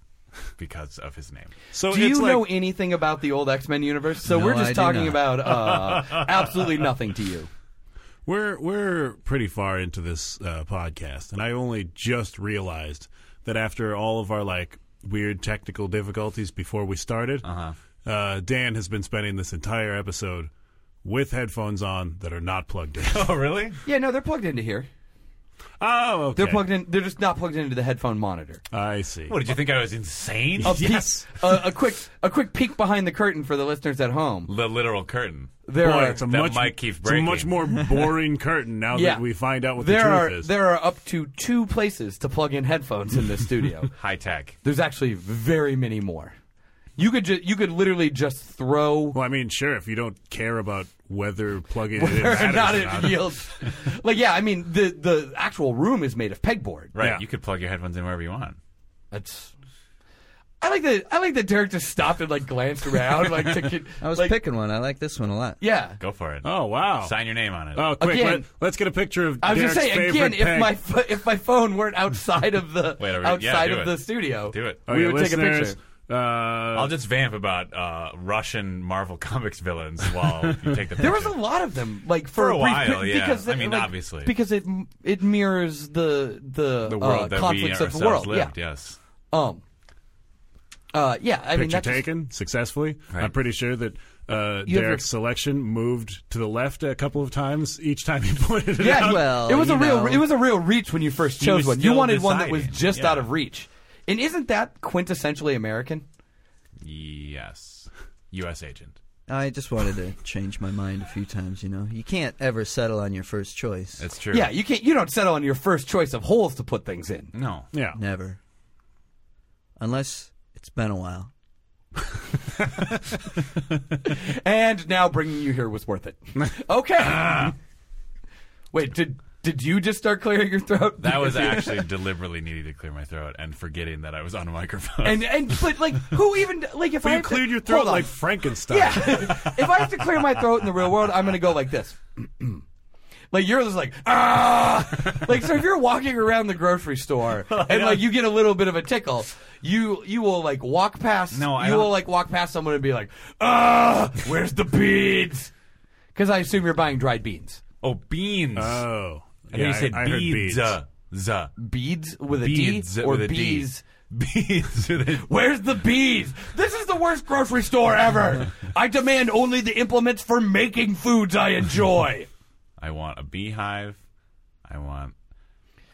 because of his name. So Do it's you like, know anything about the old X Men universe? So No, we're just I do talking not. about uh, absolutely nothing to you. We're we're pretty far into this uh, podcast, and I only just realized that after all of our like weird technical difficulties before we started, Uh-huh. uh Dan has been spending this entire episode with headphones on that are not plugged in. Oh, really? Yeah, no, they're plugged into here. oh, okay. They're plugged in. They're just not plugged into the headphone monitor. I see. What did you think I was insane? A peek, a, a quick, a quick peek behind the curtain for the listeners at home. The literal curtain. There Boy, are it's a That much mic keeps it's a much breaking. more boring curtain now yeah. that we find out what the there truth are is. there are up to two places to plug in headphones in this studio. High tech. There's actually very many more. You could ju- you could literally just throw. well, I mean, sure, if you don't care about whether plugging it in Or matters not or it yields. Like yeah, I mean the the actual room is made of pegboard. Right. Yeah. You could plug your headphones in wherever you want. That's. I like that. I like that Derek just stopped and like glanced around like to. get- I was like, picking one. I like this one a lot. Yeah. Go for it. Oh wow! Sign your name on it. Oh, quick! Again- let, us get a picture of I was Derek's gonna say favorite again, peg. if my pho- if my phone weren't outside of the Wait, are we- yeah, outside do of it. the studio, Do it. Okay, we would take a Oh, listeners, picture. Uh, I'll just vamp about uh, Russian Marvel Comics villains while you take the picture. There was a lot of them, like for, For a brief while, pe- yeah. Because I it- mean, like, obviously. because it it mirrors the the, the world uh, that we conflicts of ourselves the world. lived. yeah. Yes. Um. Uh. Yeah. I mean, picture that's just- taken successfully. Right. I'm pretty sure that uh, Derek's your- selection moved to the left a couple of times each time he pointed it yeah. out. Well, it was a you real know. it was a real reach when you first He chose was one. You still wanted one that was deciding, just yeah. out of reach, and isn't that quintessentially American? Yes. U.S. agent. I just wanted to change my mind a few times, you know. You can't ever settle on your first choice. That's true. Yeah. You can't. You don't settle on your first choice of holes to put things in. No. yeah. Never. Unless it's been a while. And now bringing you here was worth it. Okay. Wait, did did you just start clearing your throat? That was actually deliberately needing to clear my throat and forgetting that I was on a microphone. and and but like who even like if I Well, you have to- cleared your hold throat on. like Frankenstein. yeah. if I have to clear my throat in the real world, I'm gonna go like this. Like yours is like ah, like so. If you're walking around the grocery store and like you get a little bit of a tickle, you you will like walk past. No, I you don't- will like walk past someone and be like ah, where's the beans? Because I assume you're buying dried beans. oh, beans. Uh, Oh. and yeah, then he said I, I heard beads. beads. uh, za. beads with a D Beads or with a D. bees? Beads. with a- Where's the bees? This is the worst grocery store ever. I demand only the implements for making foods I enjoy. I want a beehive. I want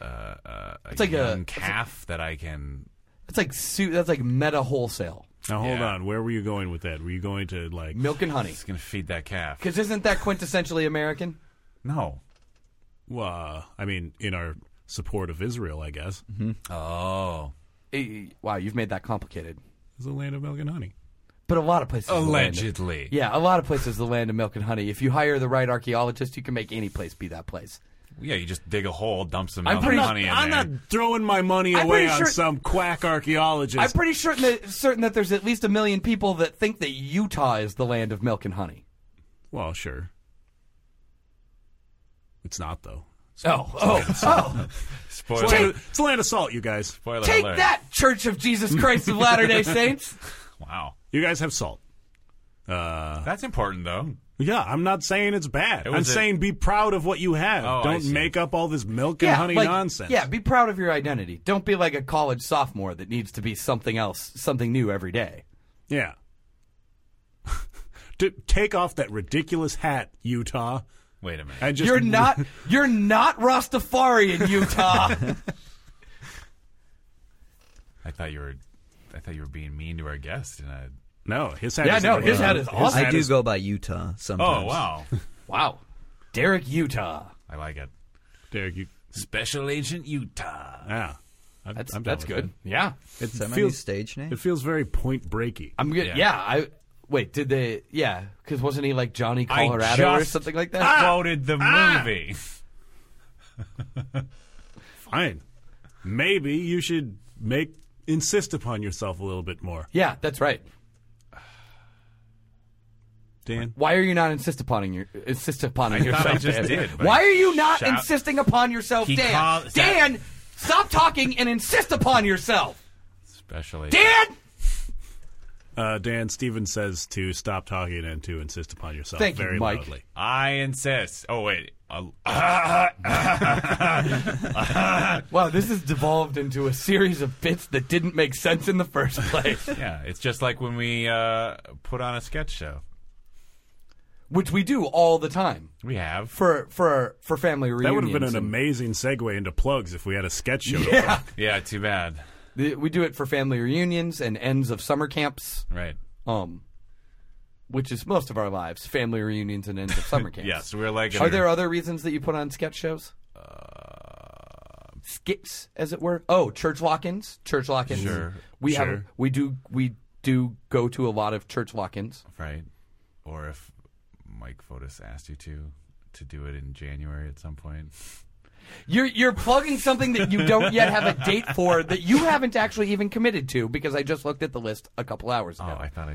uh, uh, a like a- young it's calf that I can That's like su- that's like meta wholesale Now hold Yeah. on, where were you going with that? Were you going to like? milk and honey. It's gonna feed that calf. Because isn't that quintessentially American? No. Well, uh, I mean, in our support of Israel, I guess. Oh. Eh, Wow, you've made that complicated. It's the land of milk and honey. But a lot of places, are the land of- Allegedly. yeah, a lot of places, the land of milk and honey. If you hire the right archaeologist, you can make any place be that place. Yeah, you just dig a hole, dump some I'm milk pretty- and honey in I'm there. not throwing my money I'm away pretty on sure- some quack archaeologist. I'm pretty certain that, certain that there's at least a million people that think that Utah is the land of milk and honey. well, sure. It's not though. Oh, oh, oh! Spoiler, It's, land, it's land of salt, you guys. spoiler Take alert. that, Church of Jesus Christ of Latter Day Saints. Wow. You guys have salt. Uh, That's important, though. yeah, I'm not saying it's bad. It I'm was a- saying be proud of what you have. Oh, I Don't see. make up all this milk and honey like- nonsense. Yeah, be proud of your identity. Don't be like a college sophomore that needs to be something else, something new every day. Yeah. D- take off that ridiculous hat, Utah, Wait a minute. and just You're not you're not Rastafari in Utah. I thought you were, I thought you were being mean to our guest. And I, No, his hat. Yeah, is no, his hat is awesome. I do go by Utah sometimes. oh wow, wow. Derek Utah. I like it. Derek, you, Special Agent Utah. yeah, I'm- That's I'm down that's with good. Yeah. It, Is that it my new feels stage name? it feels very point breaky. I'm good. Yeah. Yeah. I wait, did they yeah, cuz wasn't he like Johnny Colorado or just- something like that? Quoted the Ah! movie. Fine, maybe you should make insist upon yourself a little bit more, Yeah, that's right. Dan. Why are you not insist upon your insist upon yourself? I just Dan? did, but Why are you not shout- insisting upon yourself, He Dan? call- Dan, stop talking and insist upon yourself. Special Agent. Dan, Uh, Dan Stevens says to stop talking and to insist upon yourself Thank you, very Mike. loudly. I insist. Oh wait. I'll- Wow, this has devolved into a series of bits that didn't make sense in the first place, yeah, it's just like when we uh, put on a sketch show. which we do all the time We have. for for for family That would reunions. have been an and- amazing segue into plugs if we had a sketch show. Yeah, Yeah, too bad. The- we do it for family reunions and ends of summer camps, Right. um, which is most of our lives: family reunions and ends of summer camps. Yes, we're like. Are there other reasons that you put on sketch shows? Uh, Skits, as it were. Oh, church lock-ins. Church lock-ins. Sure, We have. sure. We do. We do go to a lot of church lock-ins. right? Or if Mike Fotis asked you to to do it in January at some point. You're you're plugging something that you don't yet have a date for that you haven't actually even committed to because I just looked at the list a couple hours Oh, ago. I thought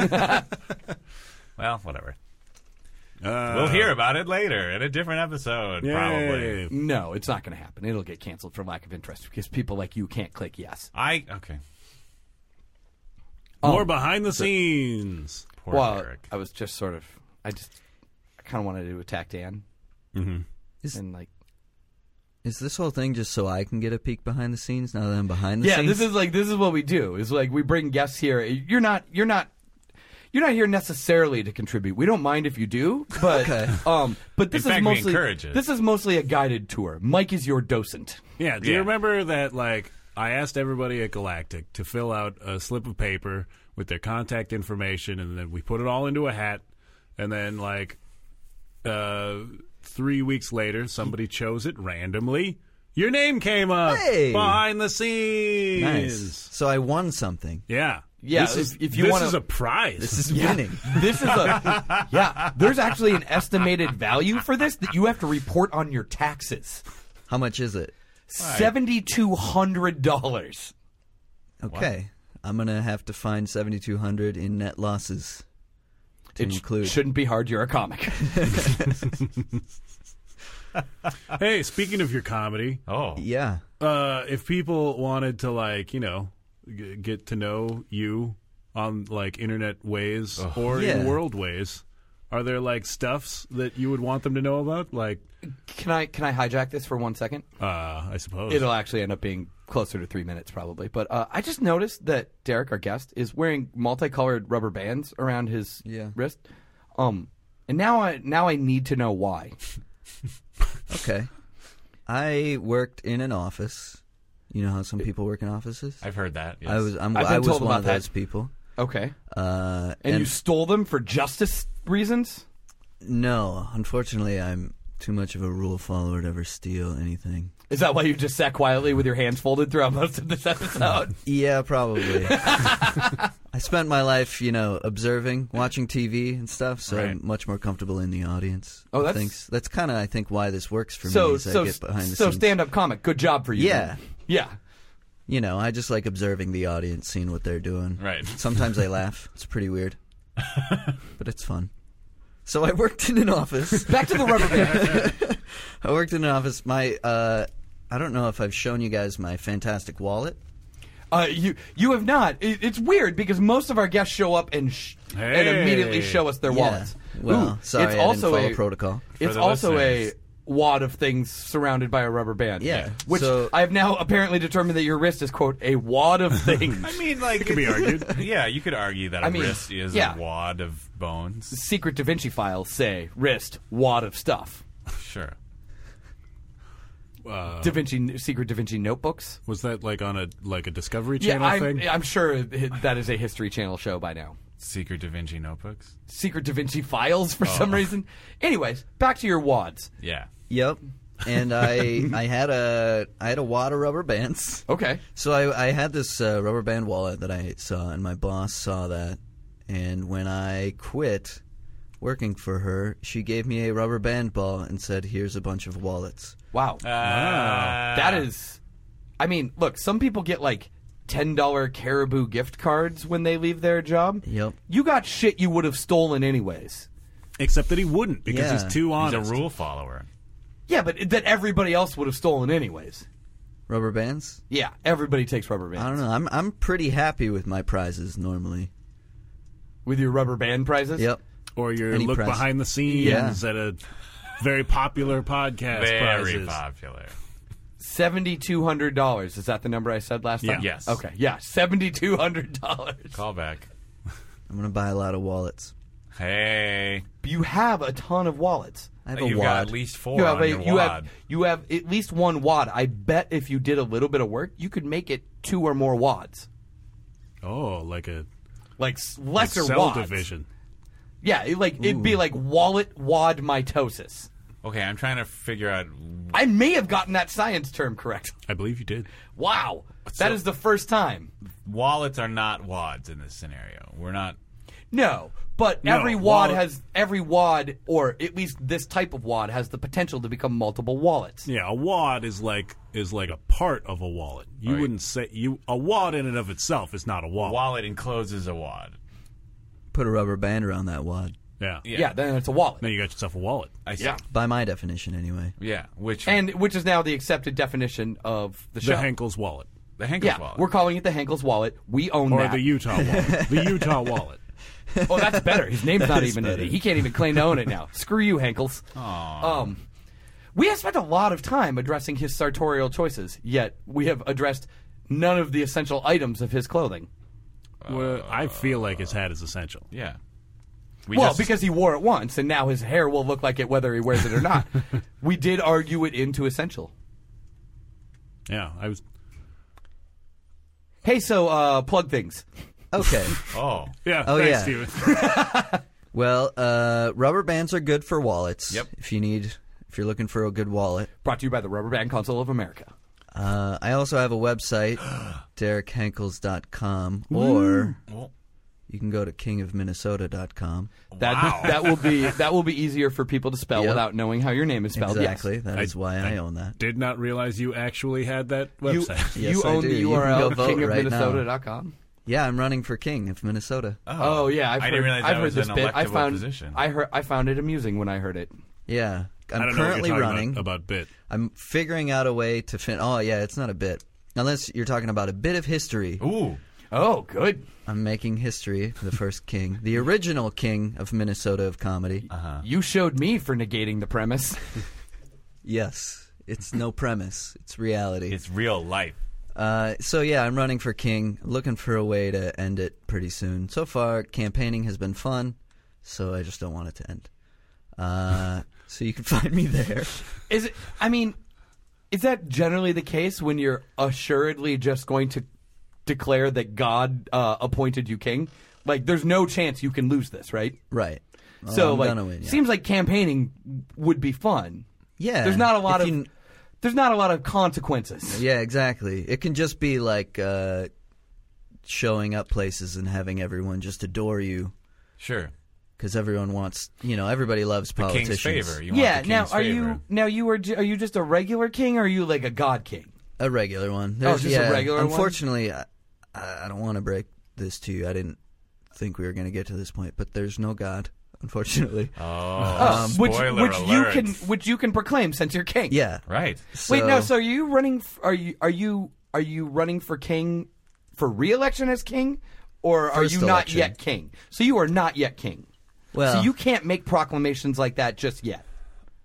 I did. well, whatever. Uh, We'll hear about it later in a different episode, probably. yay. no, it's not going to happen. It'll get canceled for lack of interest because people like you can't click yes. I okay. Oh. More behind the scenes. Poor well, Eric. I was just sort of. I just. I kind of wanted to attack Dan Mm-hmm. Is, and like. is this whole thing just so I can get a peek behind the scenes now that I'm behind the yeah scenes? this is like this is what we do is like we bring guests here Eh, you're not you're not you're not here necessarily to contribute we don't mind if you do but Okay. um but this In fact, is we mostly encourage it. this is mostly a guided tour mike is your docent Yeah. Do you Yeah. remember that? Like, I asked everybody at Galactic to fill out a slip of paper with their contact information, and then we put it all into a hat, and then like uh, three weeks later, somebody chose it randomly. Your name came up Hey! behind the scenes. nice. So I won something. Yeah. Yeah, This is, if- if you this wanna- is a prize. This is winning. this is a yeah there's actually an estimated value for this that you have to report on your taxes How much is it? $7200 Okay. I'm gonna have to find 7,200 in net losses to it sh- include. shouldn't be hard you're a comic hey, speaking of your comedy, oh, yeah. uh, if people wanted to like you know g- get to know you on like internet ways or Yeah. in world ways are there like stuffs that you would want them to know about like can i can i hijack this for one second uh i suppose It'll actually end up being closer to three minutes probably. But uh, I just noticed that Derek, our guest, is wearing multicolored rubber bands around his Yeah. wrist. Um, and now I now I need to know why. Okay. I worked in an office You know how some people work in offices. I've heard that. Yes. I was I'm, I've been I was told one about of that. those people. Okay. Uh, And, you stole them for justice reasons? no, unfortunately, I'm too much of a rule follower to ever steal anything. Is that why you just sat quietly with your hands folded throughout most of this episode? Yeah, probably. I spent my life, you know, observing, watching TV and stuff, so I'm Right. much more comfortable in the audience. Oh, that's- Thanks. that's kind of I think why this works for me. so, Is I so, get behind the so scenes. stand up comic. Good job for you. Yeah. then. Yeah. you know, I just like observing the audience, seeing what they're doing. Right. Sometimes they laugh. It's pretty weird, but it's fun. So I worked in an office. Back to the rubber band. I worked in an office. My, uh, I don't know if I've shown you guys my fantastic wallet. Uh, you you have not. It, it's weird because most of our guests show up and sh- and Hey. immediately show us their wallets. Yeah. Well, Ooh, sorry, it's I also didn't follow a protocol. It's the also a listeners. wad of things surrounded by a rubber band. Yeah. Which So- I have now apparently determined that your wrist is quote a wad of things. I mean, like it could be argued. Yeah, you could argue that a I mean, wrist is yeah. a wad of bones. Secret Da Vinci files say wrist wad of stuff. Sure. Uh, Da Vinci secret Da Vinci notebooks. was that like on a like a Discovery Yeah, Channel I'm, thing? I'm sure that is a History Channel show by now. Secret Da Vinci notebooks. Secret Da Vinci files for some reason. Oh. Anyways, back to your wads. Yeah. Yep. And I, I had a, I had a wad of rubber bands. Okay. So I, I had this uh, rubber band wallet that I saw, and my boss saw that. And when I quit working for her, she gave me a rubber band ball and said, "Here's a bunch of wallets." Wow. Uh, That is, I mean, look, some people get like ten dollar Caribou gift cards when they leave their job. Yep. You got shit you would have stolen anyways. Except that he wouldn't because Yeah. he's too He's honest. a rule follower. Yeah, but it- that everybody else would have stolen anyways. Rubber bands? Yeah, everybody takes rubber bands. I don't know. I'm I'm pretty happy with my prizes normally. With your rubber band prizes. Yep. Or your Any look prize. behind the scenes Yeah. at a very popular podcast. Very prizes. popular. Seventy two hundred dollars. Is that the number I said last Yeah. time? Yes. Okay. Yeah. Seventy two hundred dollars. Callback. I'm gonna buy a lot of wallets. Hey. You have a ton of wallets. I have Oh, You've a got wad. at least four you on have a, your you wad. have you have at least one wad. I bet if you did a little bit of work, you could make it two or more wads. Oh, like a like s- lesser cell wads. division. Yeah, it- like it'd be like wallet wad mitosis. Okay, I'm trying to figure out. I may have gotten that science term correct. I believe you did. Wow, that is the first time. Wallets are not wads in this scenario. We're not. No, but No, every wad wallet- has every wad, or at least this type of wad has the potential to become multiple wallets. Yeah, a wad is like is like a part of a wallet. You Right. wouldn't say you a wad in and of itself is not a A wallet. wallet encloses a wad. Put a rubber band around that wad. Yeah. Yeah, then it's a wallet, Then you got yourself a wallet. I see. Yeah. By my definition, anyway. Yeah. Which and which is now the accepted definition of the The show. Henkel's wallet. the Henkel's yeah, wallet. we're calling it the Henkel's wallet. We own Or that. the Utah wallet. the Utah wallet. Oh, that's better. His name's not even in it. He can't even claim to own it now. Screw you, Henkels. Um, we have spent a lot of time addressing his sartorial choices, yet we have addressed none of the essential items of his clothing. Well, I feel like his hat is essential. yeah. We well, just- because he wore it once, and now his hair will look like it whether he wears it or not. we did argue it into essential. Yeah, I was. Hey, so uh, plug things. Okay. Oh. Yeah, Oh, thanks, yeah. Steven. well, uh, rubber bands are good for wallets. Yep. If you need, if you're looking for a good wallet. Brought to you by the Rubber Band Council of America. Uh, I also have a website, derekhenkels.com, or Well, you can go to kingofminnesota.com. That that will be that will be easier for people to spell Yep. without knowing how your name is Oh, spelled. Yes. Exactly. That is why I, own that. Did not realize you actually had that website. You, Yes, you I own do. the You can go URL vote right now. kingofminnesota.com. Yeah, I'm running for king of Minnesota. Uh, Oh yeah, I've I heard, didn't realize I've that heard was this an bit. I electable found position. I heard I found it amusing when I heard it. yeah. I'm I don't currently know what you're talking running. about, about bit. I'm figuring out a way to fin. Oh, yeah, it's not a bit. Unless you're talking about a bit of history. Ooh. Oh, good. I'm making history for the first king, the original king of Minnesota of comedy. You showed me for negating the premise. Yes. It's no premise, it's reality. It's real life. Uh, so yeah, I'm running for king, looking for a way to end it pretty soon. So far, campaigning has been fun, so I just don't want it to end. Uh, so you can find me there. Is it? I mean, Is that generally the case when you're assuredly just going to declare that God uh, appointed you king? Like, there's no chance you can lose this, right? Right. Well, so, Oh, I'm like, gonna win, yeah. seems like campaigning would be fun. Yeah, There's not a lot if of. you- there's not a lot of consequences. Yeah, exactly. It can just be like uh, showing up places and having everyone just adore you Sure. because everyone wants, you know, everybody loves King's politicians. favor. You Yeah, want the now king's are favor. you now you are ju- are you just a regular king or are you like a god king? A regular one. Oh, just a yeah, regular one? Unfortunately, I, I I don't want to break this to you. I didn't think we were going to get to this point, but there's no God, unfortunately. Oh, which spoiler which you alert. can which you can proclaim since you're king. yeah. Right. Wait, no. So are you running? f- Are you are you are you running for king for re-election as king, or are First you not election. yet king? So you are not yet king. Well- so you can't make proclamations like that just yet.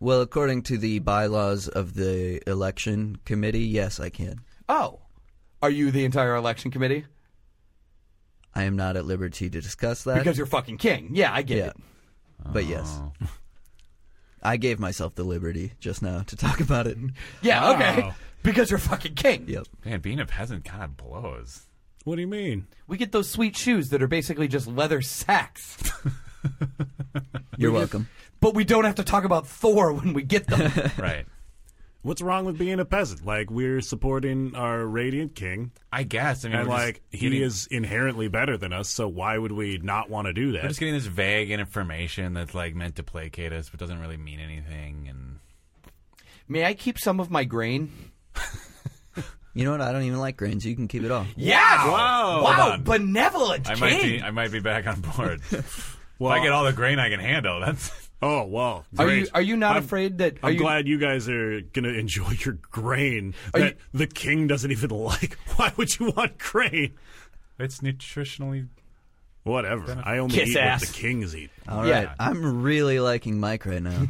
Well, according to the bylaws of the election committee, yes, I can. Oh, are you the entire election committee? I am not at liberty to discuss that. Because Oh. you're fucking king. Yeah, I get yeah. it. But yes. I gave myself the liberty just now to talk about it. Yeah, Wow. okay. Because you're fucking king. Yep. Man, being a peasant kind of blows. What do you mean? We get those sweet shoes that are basically just leather sacks, You're welcome. but we don't have to talk about Thor when we get them. Right. What's wrong with being a peasant? Like we're supporting our radiant king, I guess. I mean, and we're just like he getting- is inherently better than us. So why would we not want to do We're that? just getting this vague information that's like meant to placate us, but doesn't really mean anything. And May I keep some of my grain? You know what? I don't even like grains. You can keep it all. Yeah. Wow. Hold Wow. on. Benevolent I king. might be, I might be back on board. Well, if I get all the grain I can handle, that's oh well. Are great. you are you not I'm- afraid that are I'm you, glad you guys are gonna enjoy your grain that the king doesn't even like. Why would you want grain? it's nutritionally. Whatever. I only Kiss eat ass. what the kings eat. All Yeah. right. I'm really liking Mike right now.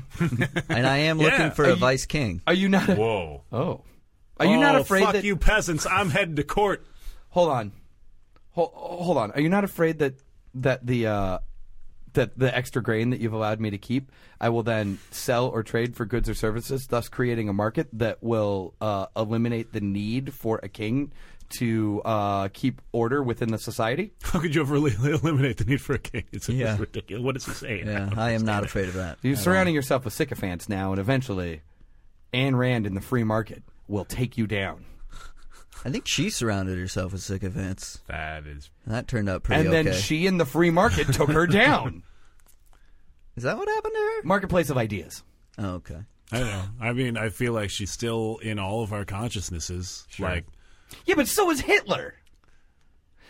and I am looking Yeah. for Are a you- vice king. Are you not a, Whoa! Oh. Are you not Oh, afraid Fuck that you, peasants! I'm heading to court. Hold on. Hold, hold on. Are you not afraid that that the uh that the extra grain that you've allowed me to keep, I will then sell or trade for goods or services, thus creating a market that will uh, eliminate the need for a king to uh, keep order within the society. How could you ever really eliminate the need for a king? It's, Yeah. it's ridiculous. What is he saying? Yeah, I am not afraid of that. You're surrounding yourself with sycophants now, and eventually, Ayn Rand in the free market will take you down. I think she surrounded herself with sycophants. That is And That turned out pretty And okay. then she in the free market took her down. Is that what happened to Marketplace of ideas. her? Oh, okay. I don't know. I mean, I feel like she's still in all of our consciousnesses. Like, Yeah, but so is Hitler.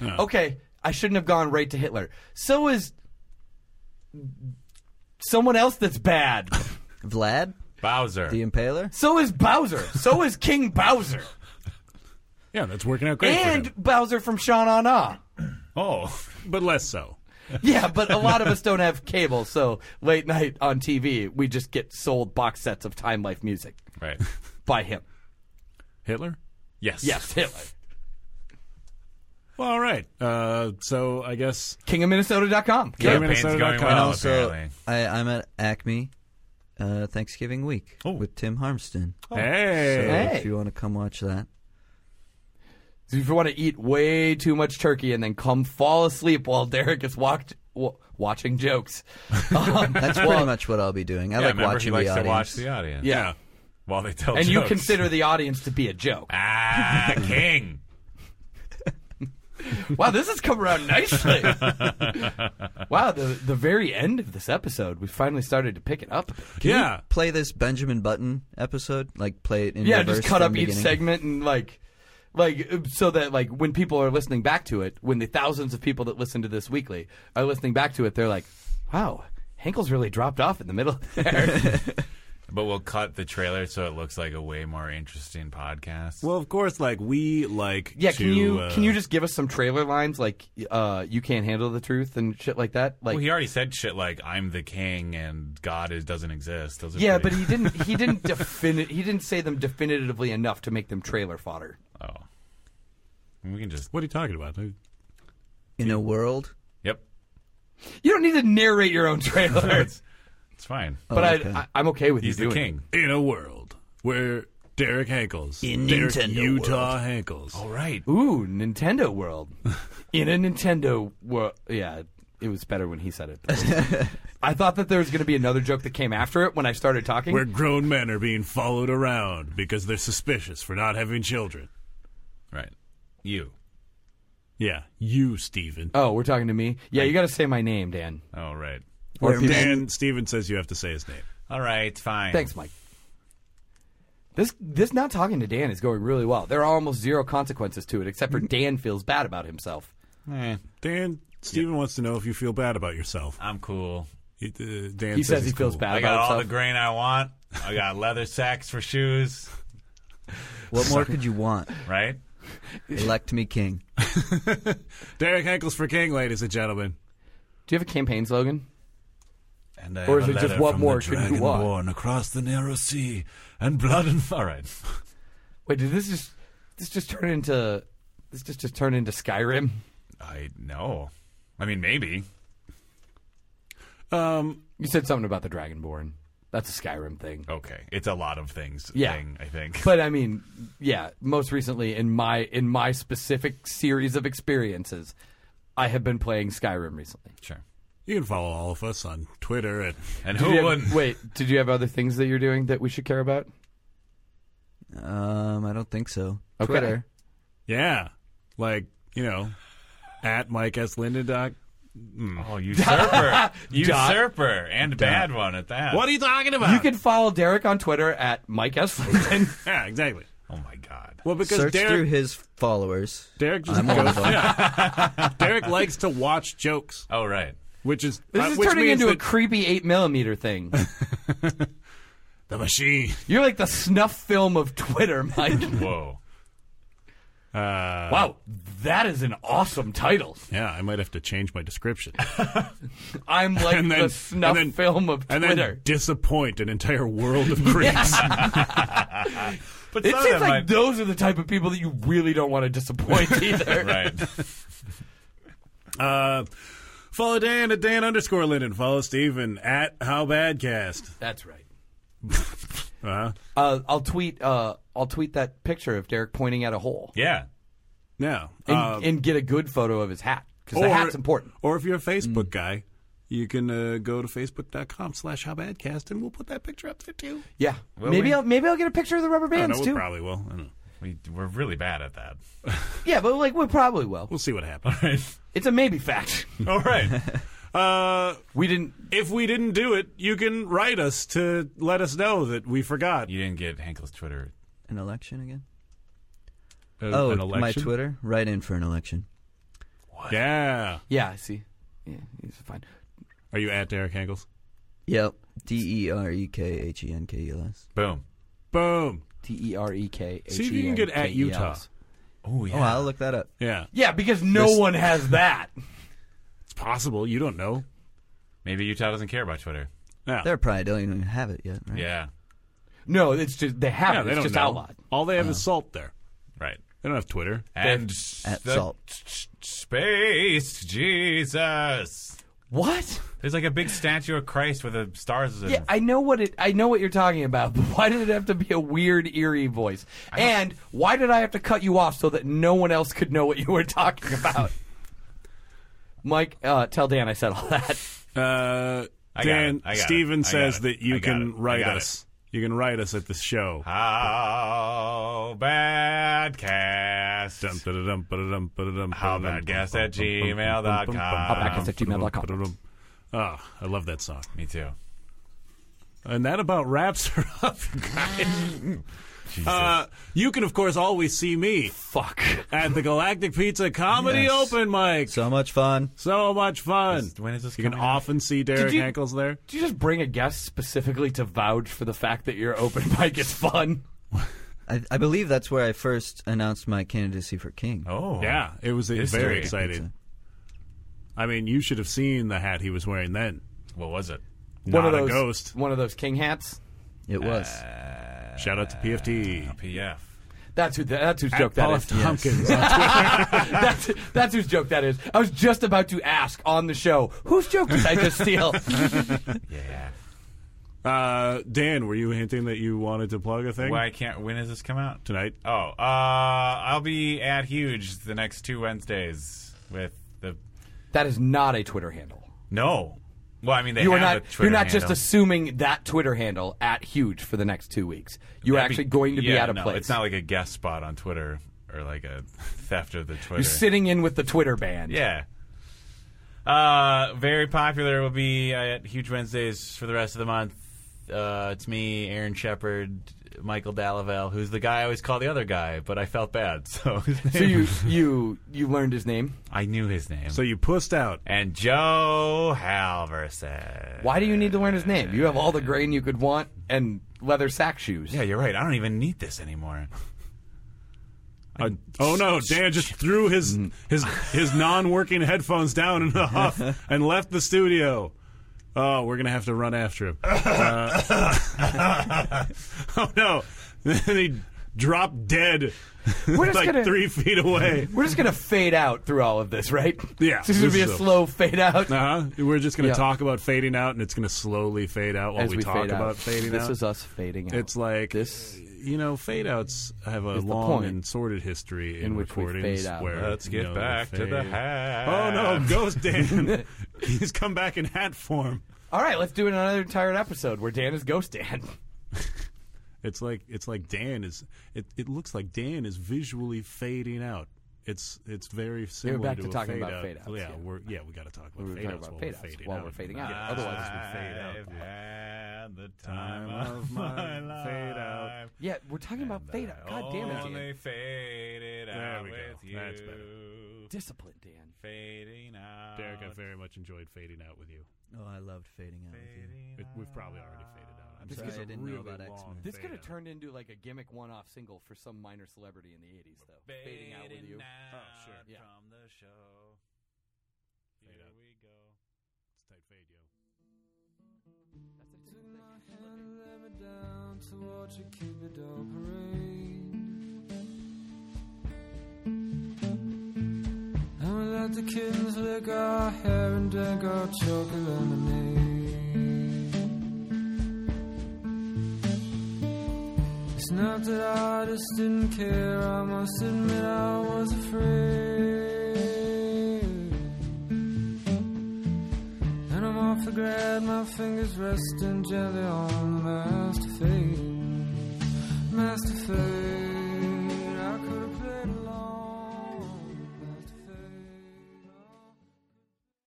Okay, I shouldn't have gone right to Hitler. So is someone else that's bad. Vlad, Bowser. the Impaler? So is Bowser. So is King Bowser. yeah, that's working out great. for And him. Bowser from Shaun on Ah. oh, but less so. Yeah, but a lot of us don't have cable, so late night on TV, we just get sold box sets of Time Life music right. by him. Hitler. Yes. Yes, Hitler. Well, all right. Uh, so I guess KingofMinnesota.com. Yeah. Campaign's Minnesota.com. going Oh, well. And also, apparently. I, I'm at Acme uh, Thanksgiving week with Tim Harmston. Oh. So hey, Hey. if you want to come watch that, If you want to eat way too much turkey and then come fall asleep while Derek is walked, w- watching jokes, um, that's pretty much what I'll be doing. I yeah, like remember watching he likes the audience. to watch the audience. yeah, While they tell and you jokes. consider the audience to be a joke. ah king. Wow, this has come around nicely. wow, the the very end of this episode, we finally started to pick it up. yeah. Play this Benjamin Button episode, like play it in Yeah, reverse just cut from up each beginning. segment and like. Like so that like when people are listening back to it, when the thousands of people that listen to this weekly are listening back to it, they're like, "Wow, Henkel's really dropped off in the middle there." But we'll cut the trailer so it looks like a way more interesting podcast. Well, of course, like we like. Yeah, to, can you uh, can you just give us some trailer lines like uh, "You can't handle the truth" and shit like that? Like, Well, he already said shit like "I'm the king" and God is, doesn't exist. Those are yeah, but pretty- he didn't he didn't defini- he didn't say them definitively enough to make them trailer fodder. oh, we can just What are you talking about? dude? in a world. yep. You don't need to narrate your own trailer, It's fine. but okay. I, I I'm okay with He's you the Oh, doing. it. king. In a world where Derek Hankles. In Derek Nintendo Utah Hankles. All right. Ooh, Nintendo World. In a Nintendo world. Yeah, it was better when he said it. I thought that there was going to be another joke that came after it when I started talking. Where grown men are being followed around because they're suspicious for not having children. Right. You. Yeah, you, Steven. oh, we're talking to me? Yeah, you got to say my name, Dan. All right. Or people- Dan, Steven says you have to say his name. All right. Fine. Thanks, Mike. This this not talking to Dan is going really well. There are almost zero consequences to it, except Mm-hmm. for Dan feels bad about himself. Eh, Dan, Steven wants to know if you feel bad about yourself. I'm cool. He, uh, Dan He says, says he it's feels cool. bad I about got all the himself. grain I want. I got leather sacks for shoes. What more could you want? Right. Elect me king. Derek Hankles for King, ladies and gentlemen. Do you have a campaign slogan? And I Or have is a it just letter what from more the could you want? Dragonborn across the narrow sea and blood and all right. Wait, did this just this just turn into this just just turn into Skyrim? I know. I mean, maybe. Um, You said something about the Dragonborn. That's a Skyrim thing. Okay, it's a lot of things. Yeah. thing, I think. But I mean, yeah, most recently in my in my specific series of experiences, I have been playing Skyrim recently. sure. you can follow all of us on Twitter at And Did you who have- wouldn't? wait, did you have other things that you're doing that we should care about? Um, I don't think so. Okay. Twitter. Yeah. Like, you know, at Mike S. Lindendock. Oh, usurper, usurper, and a bad one at that. What are you talking about? You can follow Derek on Twitter at Mike S. Lincoln. yeah, exactly. Oh my god. Well, because Search through Derek, his followers. Derek just I'm one goes, of them. yeah. Derek likes to watch jokes, Oh right. which is This uh, is which turning means into a that creepy eight millimeter thing. the machine. You're like the snuff film of Twitter, Mike. Whoa. Uh, wow, that is an awesome title. yeah, I might have to change my description I'm like And then- the snuff and then- film of and Twitter. then disappoint an entire world of creeps. But It seems some of them like might- those are the type of people that you really don't want to disappoint either. right. uh, follow Dan at Dan underscore Linden. Follow Steven at How Badcast. That's right. Uh, Uh, I'll tweet. Uh, I'll tweet that picture of Derek pointing at a hole Yeah. no. and, Uh, and get a good photo of his hat because the hat's important. Mm. Or if you're a Facebook guy, you can uh, go to facebook.com slash howbadcast and we'll put that picture up there too. Yeah, maybe we- I'll maybe I'll get a picture of the rubber I don't know, bands we too. probably will. I don't know. We we're really bad at that. yeah, but like we probably will. We'll see what happens. It's a maybe fact. All right. Uh, We didn't. if we didn't do it, you can write us to let us know that we forgot. you didn't get Hankel's Twitter. An election again? Uh, Oh, an election. my Twitter. Right in for an election. Yeah. Yeah, I see. Yeah, he's fine. Are you at Derek Hangles? Yep. D E R E K H E N K E L S. Boom. Boom. T e r e k. See if you can get at Utah. Oh yeah. Oh, I'll look that up. Yeah. Yeah, because no This- one has that. It's possible. You don't know. Maybe Utah doesn't care about Twitter. Yeah. They're probably don't even have it yet. Right? Yeah. No, it's just they have yeah it. they It's don't just know. outlawed. All they have is Uh-huh. salt there. Right. They don't have Twitter. And At the salt. s- s- Space Jesus. What? There's like a big statue of Christ with a stars. in Yeah, I know what it. I know what you're talking about. But why did it have to be a weird, eerie voice? And why did I have to cut you off so that no one else could know what you were talking about? Mike, uh, tell Dan I said all that. Uh, I got Dan it. I got it. Steven I got says it. that I you got can it. I write got us. You can write us at the show. How bad cast. Dum, ba-da-dum, ba-da-dum, ba-da-dum, How ba-da-dum, badcast bum, at bum, bum, gmail bum, bum, dot com. bum, How badcast at bum, gmail dot com. ba-da-dum. Ah, I love that song. Me too. And that about wraps her up, guys. Uh, you can, of course, always see me Fuck. at the Galactic Pizza Comedy Yes. Open Mic. So, So much fun. much fun. Is- when is this You can coming out? often see Derek Did you- Ankles there. Did you just bring a guest specifically to vouch for the fact that your open mic is fun? I, I believe that's where I first announced my candidacy for king. Oh. Yeah, it was uh, History. very exciting. I mean, you should have seen the hat he was wearing then. What was it? Not one of those, a ghost. One of those king hats. It was. Ah. Shout out to PFT. PF. That's who. That's whose joke that Paula is. Tompkins. That's that's whose joke that is. I was just about to ask on the show whose joke did I just steal? Yeah. Uh, Dan, were you hinting that you wanted to plug a thing Why can't? When does this come out? tonight? Oh, uh, I'll be at Huge the next two Wednesdays with the. That is not a Twitter handle. No. Well, I mean, they You are have not. a Twitter You're not just handle. assuming that Twitter handle at huge for the next two weeks. You're That'd actually going to be yeah, out of no, place. It's not like a guest spot on Twitter or like a theft of the Twitter. you're sitting in with the Twitter band. Yeah. Uh, very popular will be at Huge Wednesdays for the rest of the month. Uh, it's me, Aaron Shepard, Michael Dalaval, who's the guy I always call the other guy, but I felt bad, so his name, So you you you learned his name. I knew his name. So you pussed out. and Joe Halverson. Why do you need to learn his name? You have all the grain you could want and leather sack shoes. Yeah, you're right. I don't even need this anymore. Uh, oh no, Dan just threw his Mm-hmm. his his non-working headphones down in a huff and left the studio. Oh, we're gonna have to run after him. Uh, oh no! Then he dropped dead, We're just like gonna three feet away. we're just gonna fade out through all of this, right? Yeah, This is gonna be a this is a- slow fade out. Uh huh. We're just gonna Yeah. talk about fading out, and it's gonna slowly fade out while As we, we, talk fade out. about fading this out. is us fading out. it's like this You know, fade outs have a is the long point and sordid history in, in which we fade recordings. out. Where Let's you get know, back to the fade- hat. Oh no, Ghost Dan. He's come back in hat form. All right, let's do another entire episode where Dan is Ghost Dan. It's like it's like Dan is it, it looks like Dan is visually fading out. It's it's very similar back to, to a talking fade about out. fade-outs, Yeah, yeah. we're yeah, we gotta talk about We were fade talking outs while about fade we're outs fading while out. we're fading out. Yeah, Otherwise otherwise we fade out. had the Time of my fade out. life. Yeah, we're talking about fade out. God damn it, Dan. Only Oh, faded There out we go. with you. That's better. Discipline, Dan. Fading out. Derek, I very much enjoyed fading out with you. Oh, I loved fading out with you. It- we've probably already faded out. I'm This sorry, is a I didn't know really about long X-Men. This could have turned into like a gimmick one-off single for some minor celebrity in the '80s, though. Fading out with you. Oh, out sure. Yeah. From the show. Here Fade out. we go. tight fade, yo. And we let the kittens lick our hair and drink our chocolate lemonade. It's not that I just didn't care, I must admit I was afraid. And I'm off the grad, my fingers resting gently on the master fade. Master fade.